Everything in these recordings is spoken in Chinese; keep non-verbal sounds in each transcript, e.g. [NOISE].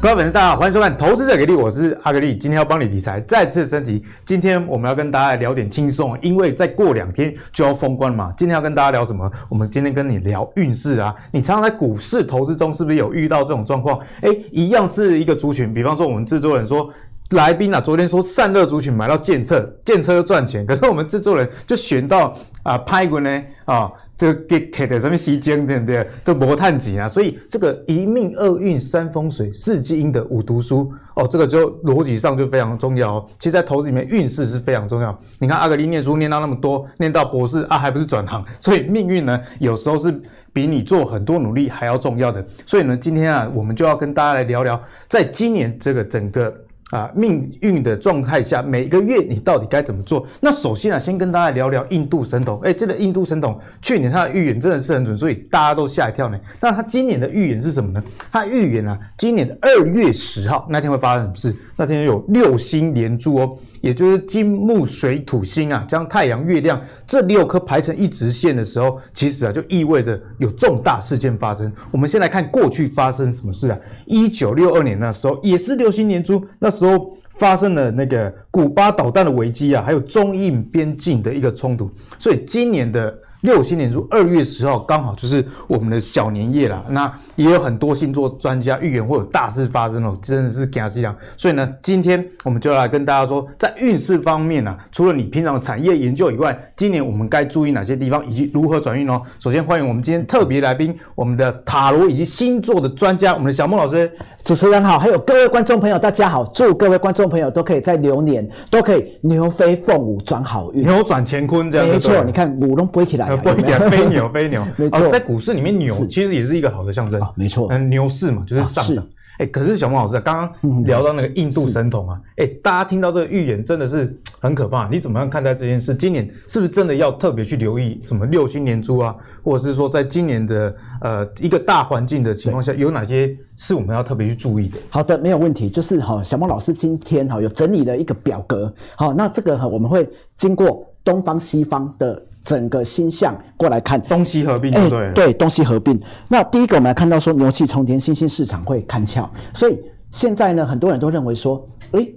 各位粉丝，大家好，欢迎收看《投资者给力》，我是阿格力，今天要帮你理财，再次升级。今天我们要跟大家聊点轻松，因为再过两天就要封关嘛。今天要跟大家聊什么？我们今天跟你聊运势啊。你常常在股市投资中是不是有遇到这种状况？哎，一样是一个族群，比方说我们制作人说。来宾啊，昨天说散热族群买到建策，建策赚钱，可是我们制作人就选到啊拍过呢啊，就给给的什么西江对不对？都磨探级啊，所以这个一命二运三风水四季阴的五读书哦，这个就逻辑上就非常重要哦。其实，在投资里面运势是非常重要。你看阿格里念书念到那么多，念到博士啊，还不是转行，所以命运呢有时候是。比你做很多努力还要重要的，所以呢，今天啊，我们就要跟大家来聊聊，在今年这个整个啊命运的状态下，每个月你到底该怎么做？那首先啊，先跟大家聊聊印度神童。哎，这个印度神童去年他的预言真的是很准，所以大家都吓一跳呢。那他今年的预言是什么呢？他预言啊，今年的二月十号那天会发生什么事？那天有六星连珠哦，也就是金木水土星啊，将太阳、月亮这六颗排成一直线的时候，其实啊就意味着有重大事件发生。我们先来看过去发生什么事啊？一九六二年那时候也是六星连珠，那时候。时候发生了那个古巴导弹的危机啊，还有中印边境的一个冲突，所以今年的六星年初二月十号刚好就是我们的小年夜啦。那也有很多星座专家预言会有大事发生哦，真的是给他西讲。所以呢，今天我们就来跟大家说，在运势方面啊，除了你平常的产业研究以外，今年我们该注意哪些地方以及如何转运哦。首先欢迎我们今天特别来宾，我们的塔罗以及星座的专家，我们的小孟老师。主持人好，还有各位观众朋友，大家好！祝各位观众朋友都可以在牛年都可以牛飞凤舞，[LAUGHS] 转好运。扭转乾坤这样子。没错，你看舞龙不会起来啊，呃，不会有讲没有飞 [LAUGHS] 牛，飞牛，没错哦在股市里面牛其实也是一个好的象征啊没错嗯，牛市嘛，就是上啊涨是。嗯哎，可是小孟老师啊，刚刚聊到那个印度神童啊，哎，大家听到这个预言真的是嘖很可怕。你怎么样看待这件事？今年是不是真的要特别去留意什么六星连珠啊，或者是说在今年的呃一个大环境的情况下，有哪些是我们要特别去注意的？好的，没有问题。就是哈、小孟老师今天哈、有整理了一个表格，好、那这个哈、我们会经过东方西方的整个星象过来看。东西合并哎对不对？对，东西合并。那第一个我们来看到说牛气冲天，新兴市场会看俏，所以现在呢，很多人都认为说，诶，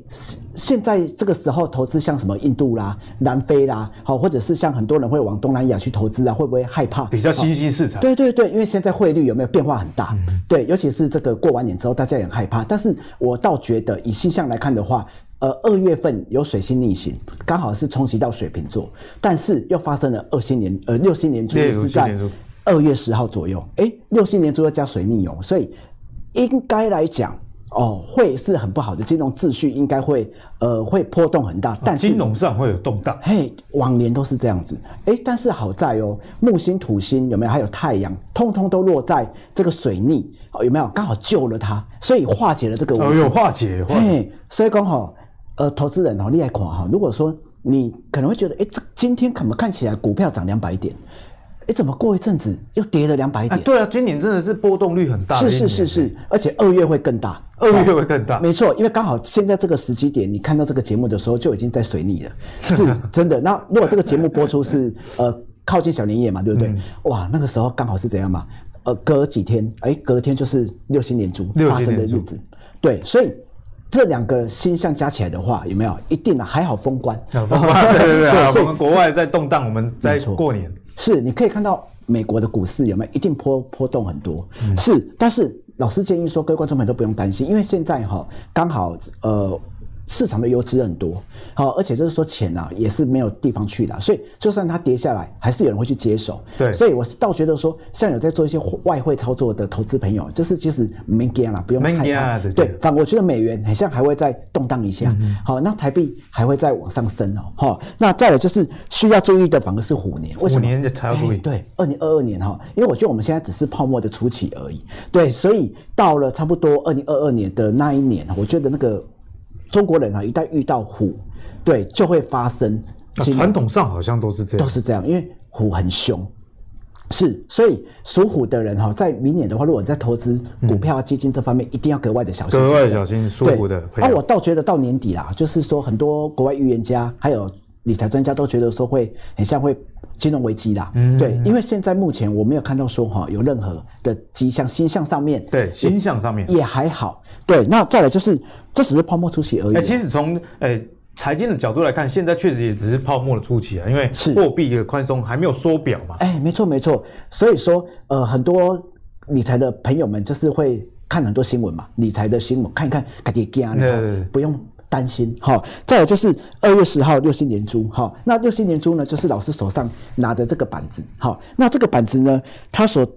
现在这个时候投资像什么印度啦、南非啦，好，或者是像很多人会往东南亚去投资啊，会不会害怕？比较新兴市场。对对对，因为现在汇率有没有变化很大？嗯对，尤其是这个过完年之后，大家也很害怕。但是我倒觉得，以星象来看的话，呃，二月份有水星逆行，刚好是冲击到水瓶座，但是又发生了二星年呃六星年初对是六星在年初二月十号左右，哎，六星年初又加水逆哦，所以应该来讲。哦，会是很不好的，金融秩序应该会，呃，会波动很哦大。但是金融上会有动荡。嘿，往年都是这样子。哎，但是好在哦，木星、土星有没有？还有太阳，通通都落在这个水逆，哦有没有？刚好救了它，所以化解了这个危哦，机。有化解，有化解。嘿，所以刚好，呃，投资人哦，厉害款哈。如果说你可能会觉得，哎，这今天怎么看起来股票涨两百点？哎，怎么过一阵子又跌了两百哎，点？对啊，今年真的是波动率很大的是一是年。是是，而且二月会更大。二月会更大。没错，因为刚好现在这个时机点，你看到这个节目的时候就已经在 [LAUGHS] 水逆了，是真的。那如果这个节目播出是呃靠近小年夜嘛，对不嗯对？哇，那个时候刚好是怎样嘛？呃，隔几天，哎，隔天就是六星连珠六发星生的连珠日子，对，所以。这两个星象加起来的话，有没有一定啊？还好封关，啊风 [LAUGHS] 暴对对对，啊所我以们国外在动荡，我们在过年。是，你可以看到美国的股市有没有一定波波动很多，嗯是，但是老师建议说，各位观众朋友都不用担心，因为现在哈、刚好呃。市场的游资很多，好、而且就是说钱啊也是没有地方去的啊，所以就算它跌下来，还是有人会去接手。对所以我是倒觉得说，像有在做一些外汇操作的投资朋友，就是其实没惊啦，不用不用害怕怕啊啦。对对嗯对，反我觉得美元好像还会再动荡一下，好、那台币还会再往上升哦，好、那再有就是需要注意的反而是虎年，为什么虎年才要注意哎对，二零二二年哈，因为我觉得我们现在只是泡沫的初期而已，对，所以到了差不多二零二二年的那一年，我觉得那个中国人啊，一旦遇到虎，对，就会发生啊金融传统上好像都是这都样。是这样，因为虎很凶。是，所以属虎的人哈、在明年的话，如果你在投资股票啊、基金这方面，一定要格外的小心格谨慎。外小心属虎的对朋友啊，我倒觉得到年底啦，就是说很多国外预言家还有理财专家都觉得说会很像会金融危机啦。嗯对，因为现在目前我没有看到说哈有任何的迹象，星象上面对，星象上面，也还好。对，那再来就是这只是泡沫初期而已哎、啊。其实从哎财经的角度来看，现在确实也只是泡沫的初期啊，因为是货币的宽松还没有缩表嘛。哎，没错没错，所以说呃，很多理财的朋友们就是会看很多新闻嘛，理财的新闻看一看，赶紧加，对对对不用担心哈、再有就是二月十号六星年珠哈、那六星年珠呢，就是老师手上拿着这个板子哈、那这个板子呢，它所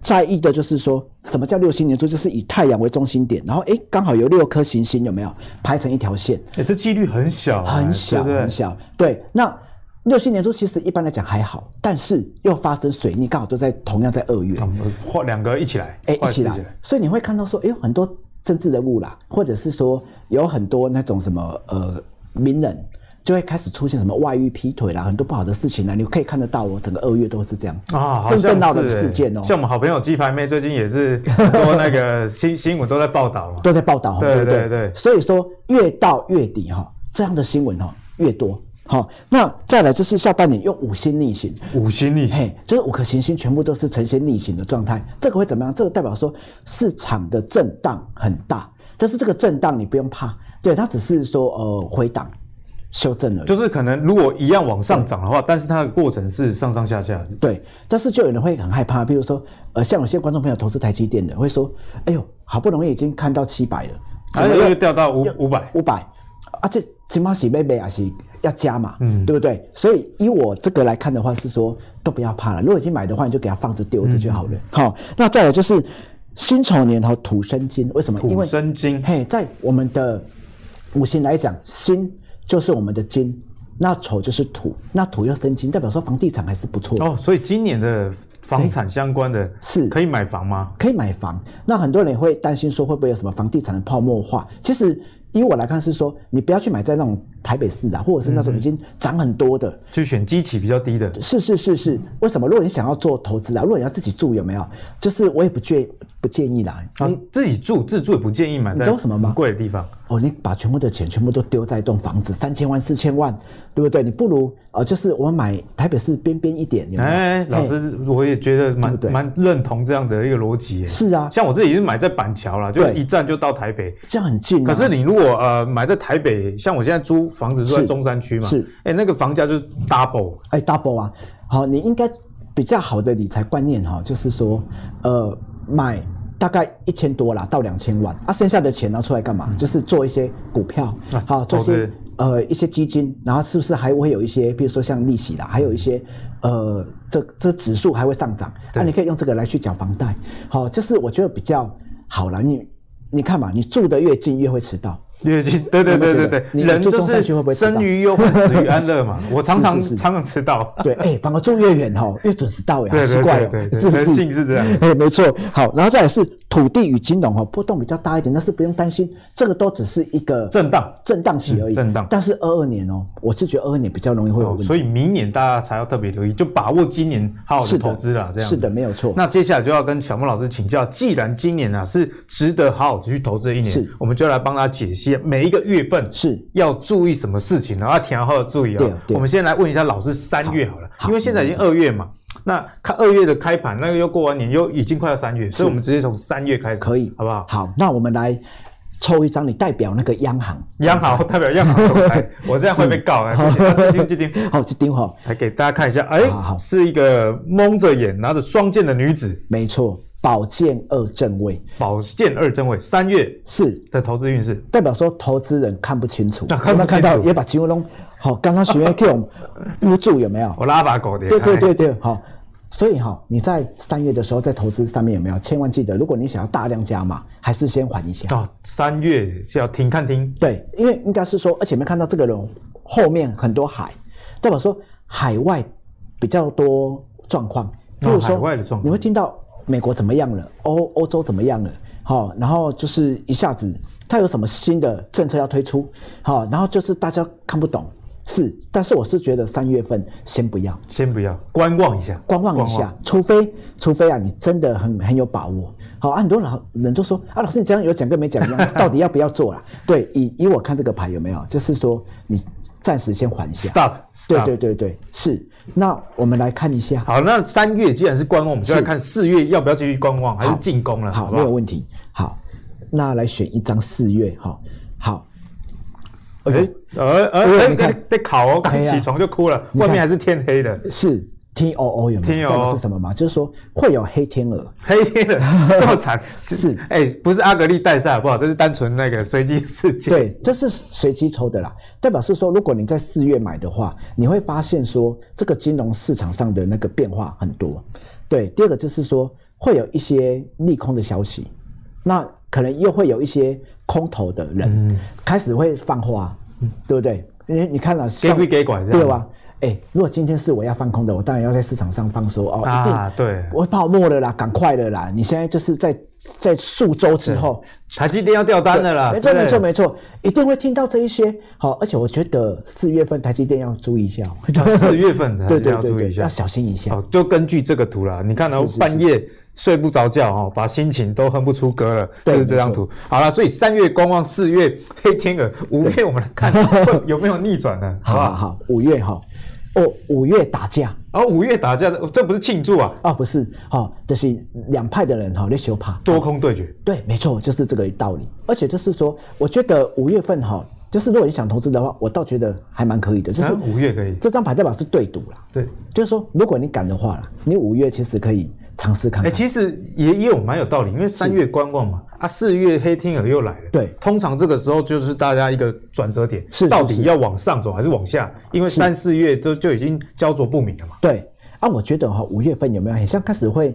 在意的就是说什么叫六星年珠，就是以太阳为中心点，然后哎，刚好有六颗行星有没有排成一条线，哎、这几率很小啊、很小对不对很小。对，那六七年初其实一般来讲还好，但是又发生水逆，刚好都在同样在二月，那我们换两个一起来，哎、换一起来，所以你会看到说，哎、有很多政治人物啦，或者是说有很多那种什么呃名人。就会开始出现什么外遇、劈腿啦，很多不好的事情啦，你可以看得到哦，整个二月都是这样啊，好更像更闹的是哎事件哦，像我们好朋友鸡排妹最近也是很多那个新 [LAUGHS] 新闻都在报道嘛。都在报道，哦对不对对所以说越到月底哈、这样的新闻哈、越多。好、那再来就是下半年用五星逆行，五星逆嘿，就是五颗行星全部都是呈现逆行的状态，这个会怎么样？这个代表说市场的震荡很大，但是这个震荡你不用怕，对，它只是说呃回档修正而已。就是可能如果一样往上涨的话，但是它的过程是上上下下的。对，但是就有人会很害怕，比如说，呃，像有些观众朋友投资台积电的，会说，哎呦，好不容易已经看到七百了，而且又掉到五五百，五百，啊，这起码是妹妹还是要加嘛，嗯对不对？所以以我这个来看的话，是说都不要怕了。如果已经买的话，你就给它放着丢着就好嗯了。好、那再来就是辛丑年和土生金，为什么？因土为生金，嘿，在我们的五行来讲，辛就是我们的金，那丑就是土，那土又生金，代表说房地产还是不错的。哦，所以今年的房产相关的是可以买房吗？可以买房。那很多人也会担心说会不会有什么房地产的泡沫化？其实以我来看是说，你不要去买在那种台北市啊，或者是嗯那种已经涨很多的。就选基期比较低的，是是是是，为什么？如果你想要做投资啊，如果你要自己住，有没有？就是我也不建不建议啦。啊，自己住自住也不建议买你在知道为什么吗很贵的地方，哦，你把全部的钱全部都丢在一栋房子，三千万、四千万，对不对？你不如呃，就是我们买台北市边边一点，有没有？哎，老嘿，师，我也觉得对不蛮对蛮认同这样的一个逻辑耶。是啊像我自己是买在板桥啦，就对一站就到台北。这样很近、可啊。是你如果呃买在台北，像我现在租房子住在是中山区嘛，是，哎，那个房价就是 double，哎，double 啊，好，你应该比较好的理财观念哈、就是说，呃，买大概一千多啦到两千万，啊，剩下的钱拿出来干嘛？就是做一些股票，嗯啊好、做一投些资呃一些基金，然后是不是还会有一些，比如说像利息啦，还有一些呃这这指数还会上涨，那、对你可以用这个来去缴房贷，好、就是我觉得比较好啦，你你看嘛，你住得越近越会迟到。月经，对对有没对有对觉得对，你人你住就中山是区会不会迟到生于忧患，死于安乐 [LAUGHS] 嘛。我常常是是常常迟 [LAUGHS] 到，对，哎、反而住越远哈、越准时到呀，对好对奇怪哦，对对对是不人是？性是这样 [LAUGHS] 哎、没错。好，然后再来是土地与金融哈、哦，波动比较大一点，但是不用担心，这个都只是一个震荡。震荡期而已。嗯震荡哦但是二二年哦，我是觉得二二年比较容易会有问题。所以明年大家才要特别留意，就把握今年好好是的的投资啦，这样是的，没有错。那接下来就要跟小莫老师请教，既然今年啊是值得好好的去投资的一年是，我们就来帮他解析啊每一个月份是要注意什么事情，然后要填好的注意啊、对啊对啊我们先来问一下老师，三月好了，好因为现在已经二月嘛，那看二月的开盘，那个又过完年，又已经快要三月，所以我们直接从三月开始，可以，好不好？好，那我们来抽一张，你代表那个央行。 [LAUGHS] 央行代表央行总 [LAUGHS] 裁，我这样会被告啊！不行那这听这听，好，这丢哈，来给大家看一下，哎、好好是一个蒙着眼拿着双剑的女子，没错，保健二正位宝剑二正位，三月是的投资运势。代表说投资人看不清楚，啊看有不没清有看楚到也把金融龙好，刚刚学员给我 [LAUGHS] 们捂住有没有？我拉把狗的，对对哎对对，好。所以哈、你在三月的时候在投资上面有没有？千万记得，如果你想要大量加码，还是先缓一下。哦，三月是要停看听，对，因为应该是说，而且没看到这个人后面很多海，代表说海外比较多状况，比如说、啊海外的状况你会听到美国怎么样了，欧欧洲怎么样了，好、然后就是一下子它有什么新的政策要推出，好、然后就是大家看不懂，是，但是我是觉得三月份先不要，先不要，观望一下，观望一下，除非除非啊，你真的很很有把握。好啊，很多老人就说啊，老师你这样有讲跟没讲一样， [LAUGHS] 到底要不要做啦？对，以以我看这个牌有没有，就是说你暂时先缓一下。 ，stop，对 stop 对对对，是。那我们来看一下，好，那三月既然是观望，我们就来看四月要不要继续观望，还是进攻了，好，好不没有好？问题。好，那来选一张四月哈。好，哎，呃呃，哎哎你看被被烤哦，刚哎呀起床就哭了，外面还是天黑的，是 T O O 有没 TOO 有？到底是什么吗？就是说会有黑天鹅。黑天的这么 [LAUGHS] 惨，是哎，不是阿格丽带赛好不好？这是单纯那个随机事件，对，这是随机抽的啦，代表是说，如果你在四月买的话，你会发现说这个金融市场上的那个变化很多。对，第二个就是说会有一些利空的消息，那可能又会有一些空头的人、嗯开始会放话，对不对？因为你看了、给归给管，对？吧？哎，如果今天是我要放空的，我当然要在市场上放说哦，一定啊对我泡沫了啦，赶快了啦！你现在就是在在数周之后，台积电要掉单了啦，没错对不没对错没错，一定会听到这一些。好，而且我觉得四月份台积电要注意一下哦， [LAUGHS] 啊四月份的 [LAUGHS] 对对要对注意一对，下要。小心一下。哦，就根据这个图啦，你看到是是半夜睡不着觉哦，把心情都哼不出歌了，就对是这张图。好了，所以三月观望，四月黑天鹅，五月我们来 [LAUGHS] 看会有没有逆转呢？好好啊不好好？好，五月哈，哦，五月打架然后哦五月打架，这不是庆祝啊，啊，不是，好，这是两派的人哈在修怕。多空对决。对，没错，就是这个道理。而且就是说，我觉得五月份哈，就是如果你想投资的话，我倒觉得还蛮可以的，就是嗯五月可以这张牌代表是对赌啦，对，就是说如果你敢的话啦，你五月其实可以尝试看哎，看。其实也也有蛮有道理，因为三月观望嘛，啊，四月黑天鹅又来了。对通常这个时候就是大家一个转折点，是是到底是要往上走还是往下？因为三四月都就已经焦灼不明了嘛，对啊，我觉得哈、五月份有没有很像开始会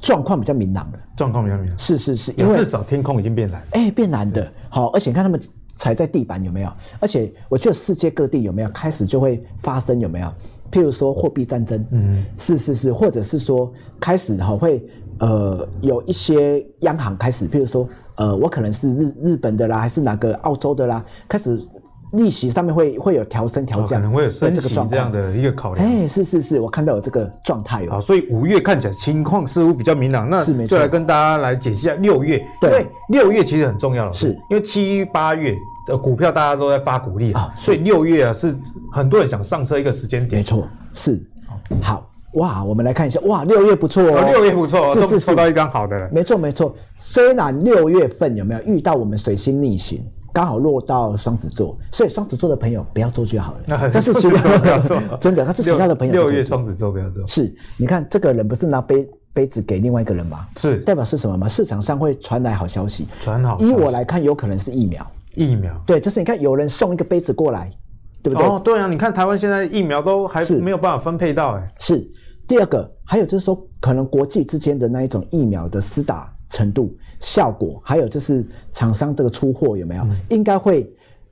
状况比较明朗了？状况比较明显。是是是，因有为至少天空已经变蓝了。哎变难的，好，而且你看他们踩在地板有没有？而且我觉得世界各地有没有开始就会发生有没有？譬如说货币战争，嗯，是是是，或者是说开始哈、会呃有一些央行开始，譬如说呃我可能是日日本的啦，还是哪个澳洲的啦，开始利息上面会会有调升调哦降，可能会有对升这个息状这样况。的一个考量。哎，是是是，我看到有这个状态哦好，。所以五月看起来情况似乎比较明朗，那是没就错来跟大家来解析一下六月，因对为六月其实很重要了，是因为七八月的股票大家都在发股利啊所以六月啊是很多人想上车一个时间没点。错，是好哇！我们来看一下，哇，六月不错哦哦，六月不错哦，是是抽是抽，到一张好的了。。没错没错。虽然六月份有没有遇到我们水星逆行，刚好落到双子座，所以双子座的朋友不要做就好 [LAUGHS] 了但是其双子座不要他做啊 [LAUGHS] 真的，但是其六他的朋友都六可以月做双子座不要做，是，你看这个人不是拿杯杯子给另外一个人吗？是代表是什么吗？市场上会传来好消息，传好消息依我来看，有可能是疫苗。疫苗。对，就是你看有人送一个杯子过来，对不对？哦，对啊，你看台湾现在疫苗都还是没有办法分配到，哎，是第二个，还有就是说，可能国际之间的那一种疫苗的施打程度、效果，还有就是厂商这个出货有没有，应该会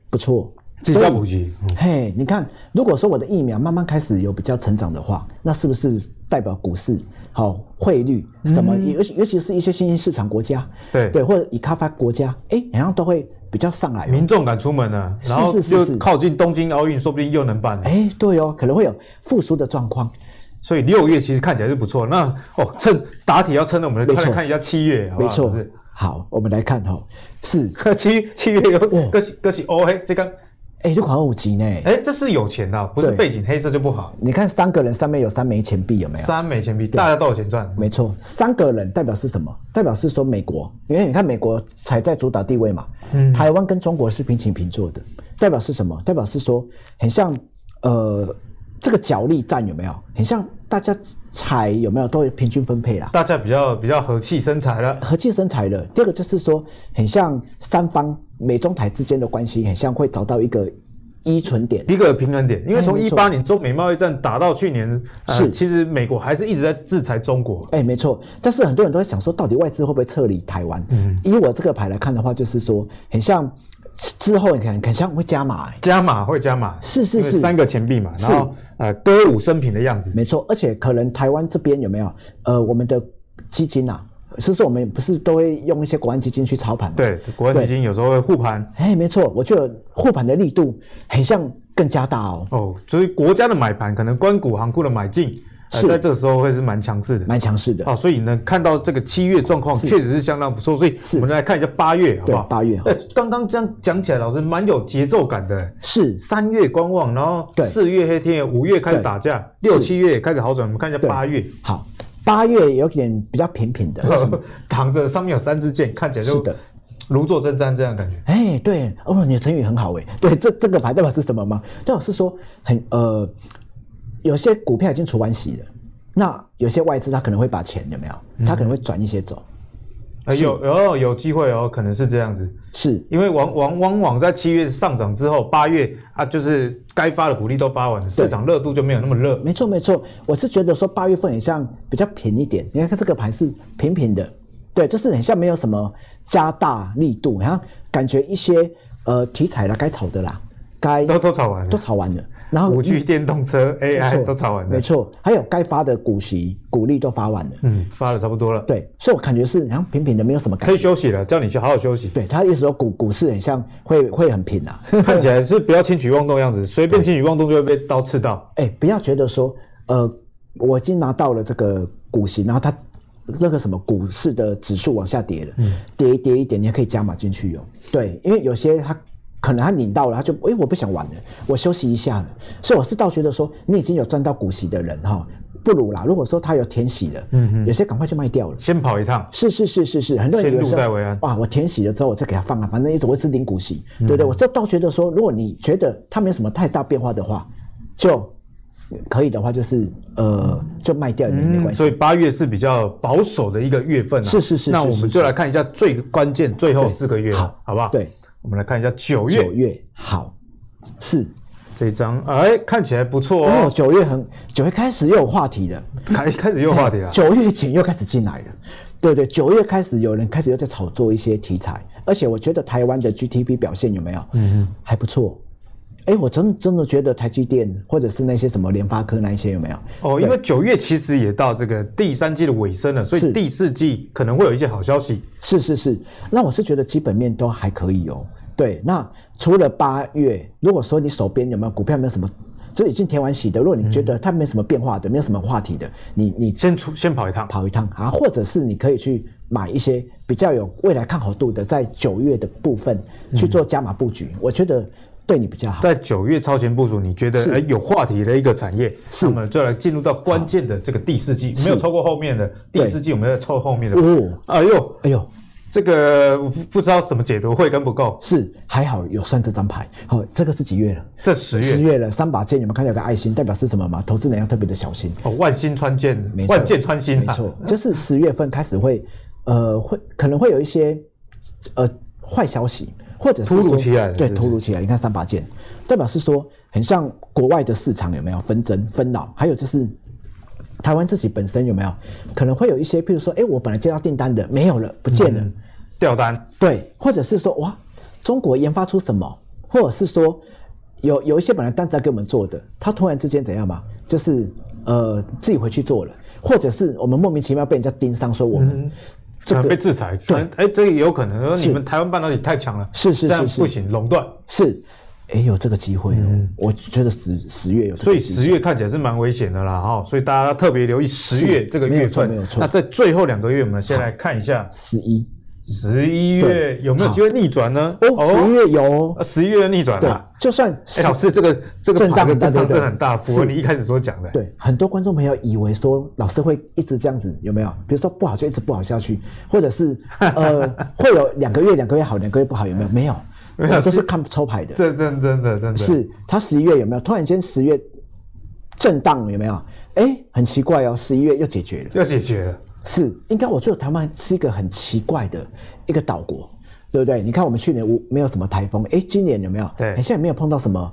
不错。比较嗯普及嗯嘿，你看，如果说我的疫苗慢慢开始有比较成长的话，那是不是代表股市、好、汇率什么，尤、其尤其是一些新兴市场国家，嗯对对，或者已开发国家，哎，好像都会比较上来哦、民众敢出门了，是然后是是就是靠近东京奥运，说不定又能办了。哎，对哦，可能会有复苏的状况。所以六月其实看起来是不错。那哦，趁打铁要趁着我们没快错来看一下七月，好不没好错是，好，我们来看哈、哦，是 [LAUGHS] 七七月有各是各是哦嘿，这个哎，这款五级呢？哎，这是有钱啊，不是对背景黑色就不好。你看三个人上面有三枚钱币，有没有？三美钱币，大家都有钱赚。没错，三个人代表是什么？代表是说美国，因为你看美国才在主导地位嘛，台湾跟中国是平起平坐的，代表是什么？代表是说很像呃这个角力战有没有？很像大家财有没有都有平均分配啦，大家比较比较和气生财了，和气生财了。第二个就是说很像三方美中台之间的关系，很像会找到一个依存点。一个平衡点。因为从哎一没错八年中美贸易战打到去年，呃，是其实美国还是一直在制裁中国。哎，没错，但是很多人都在想说，到底外资会不会撤离台湾？嗯，以我这个牌来看的话，就是说，很像之后你看，很像会加码、哎加码会加码，是是因为是三个钱币嘛，然是后呃歌舞升平的样子，没错，而且可能台湾这边有没有呃，我们的基金啊，是说我们不是都会用一些国安基金去操盘吗？对，国安基金有时候会护盘，哎，没错，我觉得护盘的力度很像更加大哦，哦，所以国家的买盘可能关谷行库的买进，呃、是在这时候会是蛮强势的。哦蛮强势的。好，所以呢，看到这个七月状况确实是相当不错，所以我们来看一下八月，好不好？对八月好呃，刚刚这样讲起来，老师蛮有节奏感的。是三月观望，然后对四月黑天鹅，五月开始对打架，六是七月也开始好转。我们看一下对八月，好，八月有点比较平平的，为什么？ [LAUGHS] 躺着上面有三支箭，看起来是就的如坐针毡这样的感觉。哎，对，哦，你的成语很好哎。 [LAUGHS] 对，这这个牌代表是什么吗？代表是说很呃，有些股票已经除完息了，那有些外资它可能会把钱有没嗯有？它可能会转一些走，呃、有哦，有机会哦，可能是这样子，是因为往往往往在七月上涨之后，八月啊，就是该发的股利都发完了，市场热度就没有那么热。没错没错。我是觉得说八月份很像比较平一点，你看这个牌是平平的，对，就是很像没有什么加大力度，好像感觉一些呃题材啦，该炒的啦，该都都炒完都了，炒完了，然后嗯五 G、电动车、没 AI 错都炒完了没，错，还有该发的股息、股利都发完了。嗯，发的差不多了，对，所以我感觉是好像平平的，没有什么感可以觉。休息了，叫你去好好休 [LAUGHS] 息。对他意思说股股市很像会会很平啊， [LAUGHS] 看起来是不要轻举妄动的样子，随便轻举妄动就会被刀刺到。哎，不要觉得说呃我已经拿到了这个股息，然后它那个什么股市的指数往下跌了，嗯跌一跌一点，你还可以加码进去哦。对，因为有些他可能他领到了，他就哎我不想玩了，我休息一下了。所以我是倒觉得说你已经有赚到股息的人哈、不如啦，如果说他有填息的，嗯有些赶快就卖掉了。先跑一趟，是是是是是，很多人先有入时再候为安哇，我填息了之后我再给他放啊，反正一直我一直领股息，嗯对不对？我这倒觉得说，如果你觉得它没有什么太大变化的话，就可以的话就是呃，就卖掉也没没嗯，关所系。以八月是比较保守的一个月份啊。是是是那是我是们是就来看一下最关键最后对四个月，好好不好？对，我们来看一下九月九月好是这一张，哎，看起来不错哦，哦，九月很九月开始又有话题了，开开始又话题了。九月前又开始进来了。对对，九月开始有人开始又在炒作一些题材，而且我觉得台湾的 GDP 表现有没有？嗯，还不错。哎，我真真的觉得台积电或者是那些什么联发科那一些有没有？哦，因为九月其实也到这个第三季的尾声了，所以是第四季可能会有一些好消息。是是是，那我是觉得基本面都还可以哦。对，那除了八月，如果说你手边有没有股票，没有什么，就已经填完息的，如果你觉得它没什么变化的，没有什么话题的，你你先出先跑一趟，跑一趟啊，或者是你可以去买一些比较有未来看好度的，在九月的部分去做加码布局，我觉得对你比较好。在九月超前部署，你觉得哎有话题的一个产业，是那么就来进入到关键的这个第四季，没有超过后面的第对四季，我们再凑后面的。哦，哎呦，哎呦，这个我不不知道什么解读会跟不够，是还好有算这张牌。好、这个是几月了？这十月十月了，三把剑有没有看到有个爱心？代表是什么吗？投资人要特别的小心。哦，万星穿剑没，错万箭穿心、啊，没错，就是十月份开始会，呃，会可能会有一些呃坏消息，或者是说突如其来的对，是不是突如其来。你看三把剑，代表是说很像国外的市场有没有纷争纷扰，还有就是。台湾自己本身有没有可能会有一些，譬如说，哎、我本来接到订单的没有了，不见了，掉单。对，或者是说哇，中国研发出什么，或者是说有有一些本来单子要给我们做的，他突然之间怎样嘛，就是呃自己回去做了，或者是我们莫名其妙被人家盯上，说我们、可这能嗯个啊被制裁，可能哎，这个也有可能。说你们台湾半导体太强了，是是这样是是不行，垄断。是哎有这个机会哦，我觉得十十月有这嗯所个以机会，十月看起来是蛮危险的啦，哈、所以大家特别留意十月是这个没月有错份。没有错那在最后两个月，我们先来看一下十一十一月有没有机会逆转呢？哦，十一月有哦、啊十一月逆转对了。，就算哎，十老师，这个这个震盘的荡很大震荡对不对真的很大，符合是你一开始所讲的。，对，很多观众朋友以为说老师会一直这样子，有没有？比如说不好就一直不好下去，或 [LAUGHS] 者是呃会有两个月两个月好，两个月不好，有没有？没有，我们都是看抽牌的。这真真的真的是他十一月有没有？突然间十月震荡有没有？哎，很奇怪哦，十一月又解决了。要解决了。是，应该我觉得台湾是一个很奇怪的一个岛国，对不对？你看我们去年无没有什么台风，哎，今年有没有？对哎现在没有碰到什么，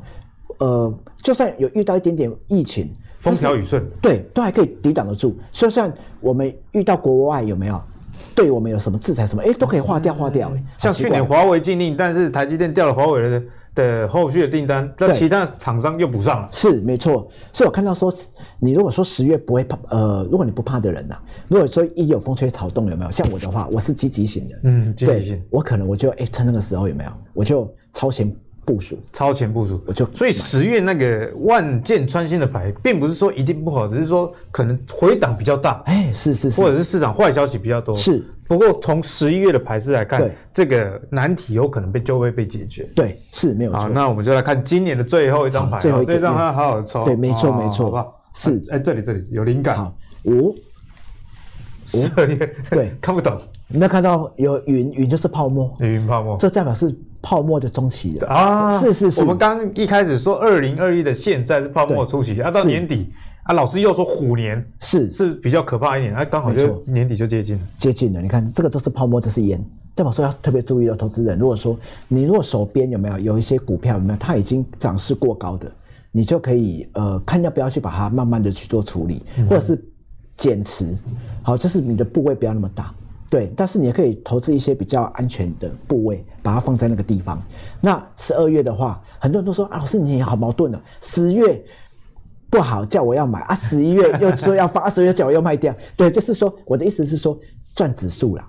呃，就算有遇到一点点疫情，风但是调雨顺对，都还可以抵挡得住。就算我们遇到国外有没有，对我们有什么制裁什么，哎，都可以化掉化掉。哎嗯像好奇去年怪华为禁令，但是台积电掉了华为的的后续的订单，那对其他厂商又补上了。是没错，所以我看到说，你如果说十月不会怕，呃，如果你不怕的人呐、如果说一有风吹草动，有没有？像我的话，我是积极型的，嗯积极对型我可能我就哎、趁那个时候有没有，我就超前部署。超前部署，我就所以十月那个万箭穿心的牌，并不是说一定不好，只是说可能回档比较大，哎，是是或是，者是市场坏消息比较多。是，不过从十一月的牌势来看对，这个难题有可能被就会被解决。对，是没有好，错。那我们就来看今年的最后一张牌，好最后一个嗯这张它好好抽，对没错哦没错好不好？是哎，这里这里有灵感，好，五，十二月对 [LAUGHS] 看不懂你没有看到有云，云就是泡沫，云泡沫。这代表是泡沫的中期了。嗯啊，是是是我们刚刚一开始说二零二一的现在是泡沫初期，啊，到是年底啊，老师又说虎年是是比较可怕一点，啊，刚好没就错年底就接近了。接近了。你看，这个都是泡沫，这是烟，代表说要特别注意哦，投资人。如果说你如果手边有没有有一些股票有没有它已经涨势过高的，你就可以呃看要不要去把它慢慢的去做处理，或者是减持。好，就是你的部位不要那么大。对，但是你也可以投资一些比较安全的部位，把它放在那个地方。那十二月的话，很多人都说啊，老师你好矛盾哦。十月不好，叫我要买啊！十一 [LAUGHS] 月又说要发，二十月又叫我要卖掉。对，就是说我的意思是说赚指数啦。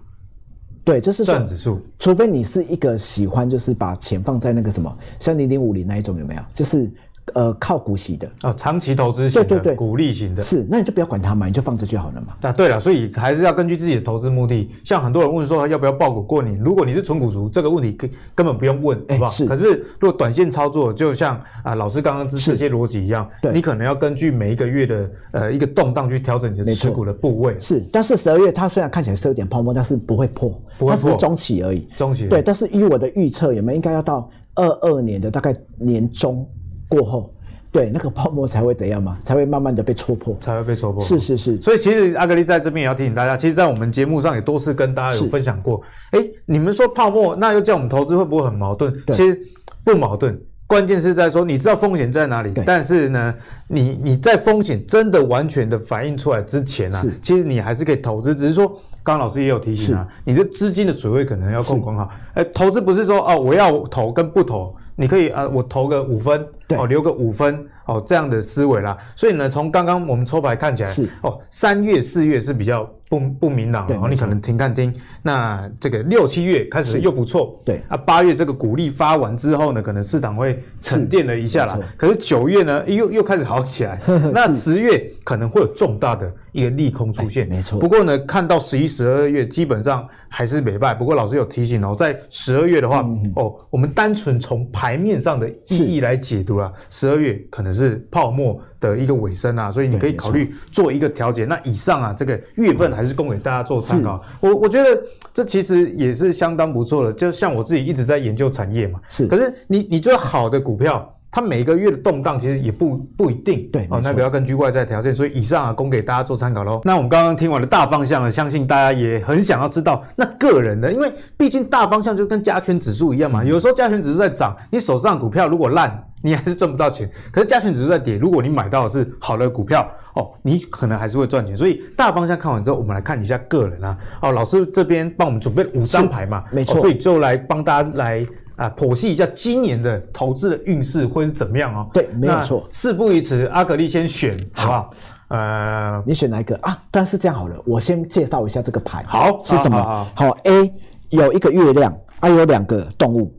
对，就是说赚指数，除非你是一个喜欢就是把钱放在那个什么，像零零五零那一种有没有？就是呃靠股息的，啊，长期投资型对对的、对鼓励型的。是那你就不要管它嘛，你就放着就好了嘛。啊，对了，所以还是要根据自己的投资目的。像很多人问说要不要爆股过年，如果你是纯股族，这个问题根根本不用问，好哎不好？是可是如果短线操作，就像啊老师刚刚这这些逻辑一样，对你可能要根据每一个月的呃一个动荡去调整你的没持错股的部位。是，但是十二月它虽然看起来是有点泡沫，但是不会破，不会它只是破中期而已。中期而已对，但是依我的预测，有没有应该要到二二年的大概年中过后，对那个泡沫才会怎样 [LAUGHS] 嘛？才会慢慢的被戳破。才会被戳破。是是是，所以其实阿格丽在这边也要提醒大家，其实，在我们节目上也多次跟大家有是分享过。哎，你们说泡沫，那又叫我们投资，会不会很矛盾？其对实不矛盾。关键是在说，你知道风险在哪里对，但是呢，你你在风险真的完全的反映出来之前啊是，其实你还是可以投资，只是说刚刚老师也有提醒啊，你的资金的水位可能要控管好。哎，投资不是说哦，我要投跟不投，你可以呃，我投个五分，对哦，留个五分，哦，这样的思维啦。所以呢，从刚刚我们抽牌看起来，是哦，三月、四月是比较不不明朗的，对然后没你可错能停看听。那这个六七月开始又不错，对啊，八月这个鼓励发完之后呢，可能市场会沉淀了一下啦没错。可是九月呢，又又开始好起 [LAUGHS] 来，那十月可能会有重大的一个利空出现，哎没错不过呢，看到十一、十二月基本上还是美败。不过老师有提醒哦，在十二月的嗯话，哦，我们单纯从牌面上的意义来解读啦，十二月可能是泡沫的一个尾声啊，所以你可以考虑做一个调节。那以上啊，这个月份还是供给大家做参考。我我觉得这其实也是相当不错的，就像我自己一直在研究产业嘛，是可是你你觉得好的股票。它每个月的动荡其实也不不一定，对哦没，那错个要根据外在条件，所以以上啊供给大家做参考喽。那我们刚刚听完了大方向了，相信大家也很想要知道那个人的，因为毕竟大方向就跟加权指数一样嗯嘛，有时候加权指数在涨，你手上的股票如果烂。你还是赚不到钱，可是加权指数在跌，如果你买到的是好的股票哦，你可能还是会赚钱。所以大方向看完之后，我们来看一下个人啊。哦，老师这边帮我们准备了五张牌嘛，没哦错所以就来帮大家来啊剖析一下今年的投资的运势会是怎么样哦。对没有错事不宜迟，阿格力先选好不好？呃，你选哪一个啊？但是这样好了，我先介绍一下这个牌，好是什么？好好，A 有一个月亮，啊有两个动物，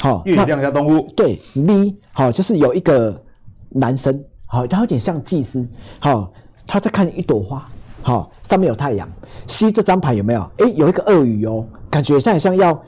好、那月亮加动物，对 B 好、就是有一个男生，好、他有点像祭司，好、他在看一朵花，好、上面有太阳。C 这张牌有没有？诶，有一个鳄鱼哦，感觉像像要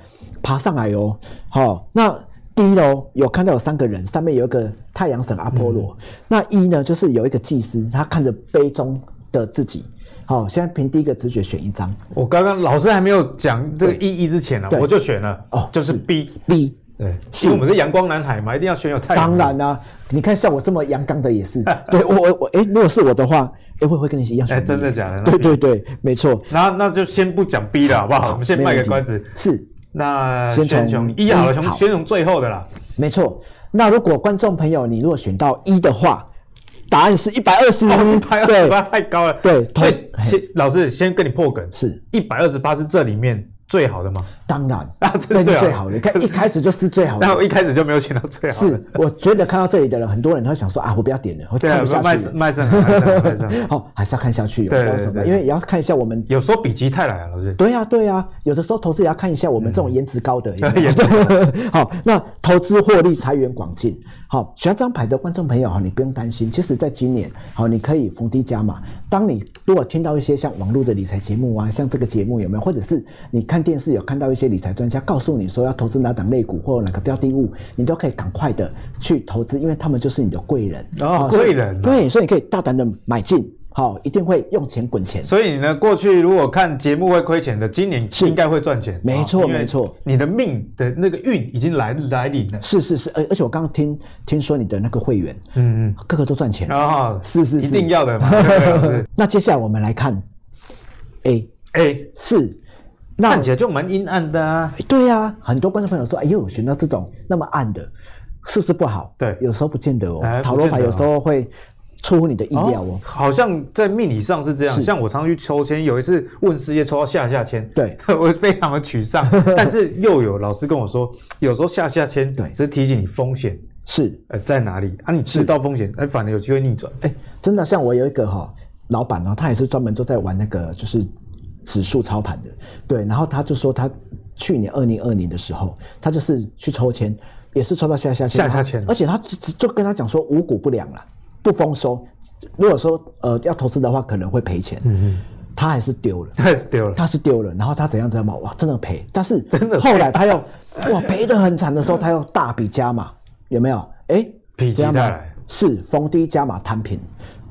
爬上来哦，好、那。D 呢，有看到有三个人，上面有一个太阳神阿波罗。那一、呢，就是有一个祭司，他看着杯中的自己。好、现在凭第一个直觉选一张我刚刚老师还没有讲这个意义之前呢、对我就选了，哦就是 B， B，对，是因为我们是阳光男孩嘛，一定要选有太阳。当然啦、你看像我这么阳刚的也是，对我我我，哎、如果是我的话，哎、我也会跟你一样选哎你、真的假的对对对，没错。那那就先不讲 B 了，好不好？我们先卖个关子。是，那先选从从一好了，一从好先从最后的 [LAUGHS] 啦。没错。那如果观众朋友你如果选到一的话，答案是一百二 [LAUGHS] 十，哦，一百二十对八太高了。对所以投先老师先跟你破梗，是一百二十八是这里面最好的吗？当然，啊这是最好的是最好的。看一开始就是最好的那。我一开始就没有选到最好的是，，我觉得看到这里的人，很多人他会想说啊，我不要点了，我对看啊不，下卖去肾了。卖肾啊卖肾啊卖肾啊，好，还是要看下去，有对知道什对么？对因为也要看一下我们。有时候比极太来啊，老师。对啊，对啊，有的时候投资也要看一下我们嗯这种颜值高的。有没 [LAUGHS] 有颜 [LAUGHS] 好，那投资获利财源广进。好，喜欢这张牌的观众朋友哈，你不用担心。其实，在今年，好，你可以逢低加码。当你如果听到一些像网络的理财节目啊，像这个节目有没有，或者是你看电视有看到一些理财专家告诉你说要投资哪档类股或哪个标的物，你都可以赶快的去投资，因为他们就是你的贵人。哦好所贵以人啊对，所以你可以大胆的买进，好，一定会用钱滚钱。所以呢，过去如果看节目会亏钱的，今年应该会赚钱。没啊错因为没错你的命的那个运已经来来临了。是是是，而而且我刚刚听听说你的那个会员，嗯嗯，个个都赚钱。然后啊是是哦是一定要 [LAUGHS] 的嘛。对不对老师那接下来我们来看，A 哎，是，那看起来就蛮阴暗的啊。对呀、很多观众朋友说，哎呦，选到这种那么暗的，是不是不好？对有时候不见得哦哎，塔罗不见牌得有时候会出乎你的意料哦。好像在命理上是这样，像我常常去抽签，有一次问世界抽到下下签，对 [LAUGHS] 我非常的沮 [LAUGHS] 丧，但是又有老师跟我说，有时候下下签对是提醒你风险是，呃在哪里啊，你知道风险，哎、反而有机会逆转。 [LAUGHS] 哎、真的，像我有一个哈、老板呢、他也是专门都在玩那个就是指数操盘的，对，然后他就说他去年二零二零的时候，他就是去抽签，也是抽到下下签，下下签然后而且他只只就跟他讲说五股不良啦，不丰收，如果说呃要投资的话可能会赔钱，嗯他还是丢了。太丢了，他是丢了，然后他怎样怎样嘛，哇，真的赔。但是真的赔后来他又哇赔得很惨的时候，他又大笔加码，有没有？哎、否极怎样泰嘛来是逢低加码摊平，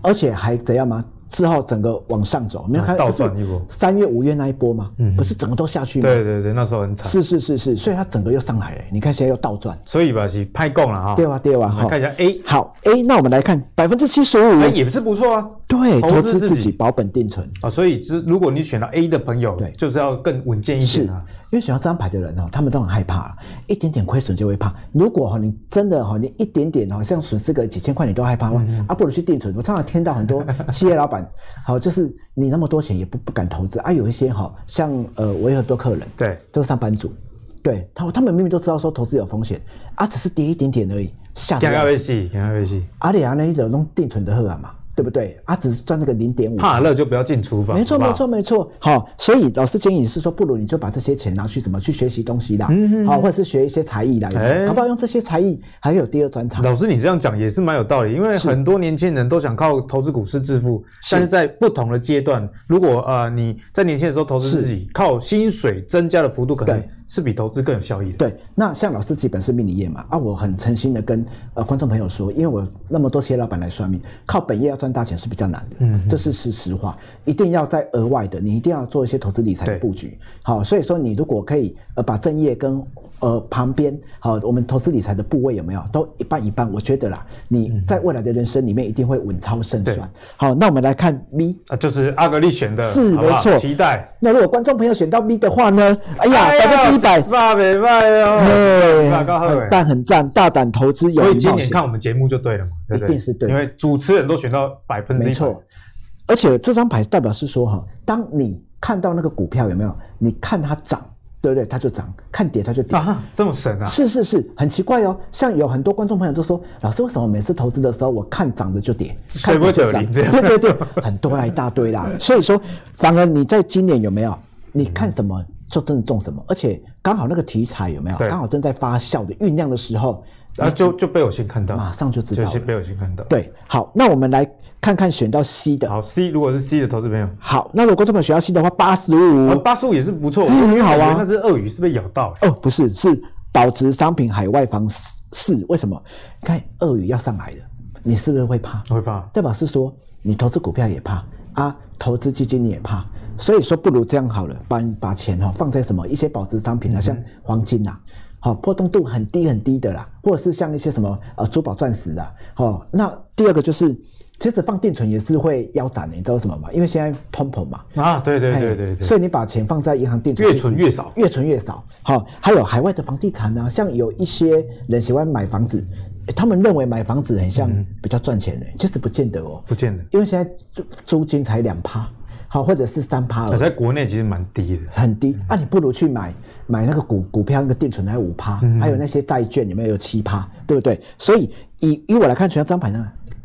而且还怎样嘛？之后整个往上走，没有看嗯倒转一波嗯三月、五月那一波嘛，不是整个都下去吗？对对对，那时候很惨，是是是是，所以它整个又上来了。你看现在又倒转，所以吧是拍供了哈。对吧？对吧？我们哈看一下 A，好 A，那我们来看百分之七十五哎、，也是不错啊，对，投资自自己保本定存。啊，所以之如果你选到 A 的朋友，对就是要更稳健一是，点因啊。为选到这张牌的人哦，他们都很害怕，一点点亏损就会怕。如果哈、你真的哈、你一点点好、像损失个几千块你都害怕吗？啊，不如去定存。我常常听到很多企业老 [LAUGHS] 板，好、就是你那么多钱也不不敢投资啊。有一些哈、像呃，我有很多客人，对，都是上班族，对他他们明明都知道说投资有风险啊，只是跌一点点而已，吓加得要要被死。戏，加要被戏，阿里啊，那一种弄定存的喝啊嘛，对不对？啊，只是赚那个零点五，怕热就不要进厨房，没错，好不好没错，没错。好，所以老师建议你是说，不如你就把这些钱拿去怎么去学习东西啦，嗯好，或者是学一些才艺啦，有没有哎搞不好用这些才艺还有第二专长。老师，你这样讲也是蛮有道理，因为很多年轻人都想靠投资股市致富，但是在不同的阶段，如果呃你在年轻的时候投资自己，靠薪水增加的幅度，可能对是比投资更有效益的。对，那像老师基本是命理业嘛，啊，我很诚心的跟呃观众朋友说，因为我那么多企业老板来算命，靠本业要赚大钱是比较难的，嗯，这是是实话，一定要在额外的，你一定要做一些投资理财的对布局，好，所以说你如果可以呃把正业跟呃旁边好，我们投资理财的部位有没有都一半一半，我觉得啦，你在未来的人生里面一定会稳操胜嗯对算。好，那我们来看 B。啊，就是阿格力选的，是好不好没错期待。那如果观众朋友选到 B 的话呢？哎呀，百分之一百，八百拜哦，哎八高很赞很赞，大胆投资，所勇以于今冒年险。看我们节目就对了嘛，对不对？一定是对的因为主持人都选到百分之一，没错，，而且这张牌代表是说哈，当你看到那个股票有没有，你看它涨，对不对？它就涨；看跌它就跌。啊，这么神啊！是是是，很奇怪哦。像有很多观众朋友都说，老师，为什么每次投资的时候，我看涨的就跌，水看波九跌就涨？零这样对对对，很多啦，一大 [LAUGHS] 堆啦。所以说，反而你在今年有没有，你看什么就真的中什么，而且刚好那个题材有没有，嗯对刚好正在发酵的酝酿的时候，啊，就就被我先看到，马上就知道就了先被我先看到。对，好，那我们来看看选到 C 的。好，C 如果是 C 的投资朋友，好，那如果观众朋友选到 C 的话，八十五啊，。八十五也是不错，嗯很好啊我感觉那只鳄鱼是被咬到，哦，不是，是保值商品海外房市市。为什么？你看鳄鱼要上来了，你是不是会怕？会怕。代表是说你投资股票也怕啊，投资基金你也怕，所以说不如这样好了，把你把钱哈、哦、放在什么一些保值商品啊，像黄金啊。好，波动度很低很低的啦，或者是像一些什么呃珠宝、钻石啊，哦，那第二个就是，其实放定存也是会腰斩的，你知道为什么吗？因为现在通膨嘛，啊，对对对对嘿对，哎所以你把钱放在银行定存，越存越少越存越少。好、还有海外的房地产呢、像有一些人喜欢买房子，诶他们认为买房子很像比较赚钱的、其实不见得嗯哦，不见得。因为现在租租金才两趴。好，或者是三趴那在国内其实蛮低的。很低，啊，你不如去买买那个股股票那个定存还有五趴，嗯还有那些债券有没有有七趴，对不对？所以以以我来看，全张盘呢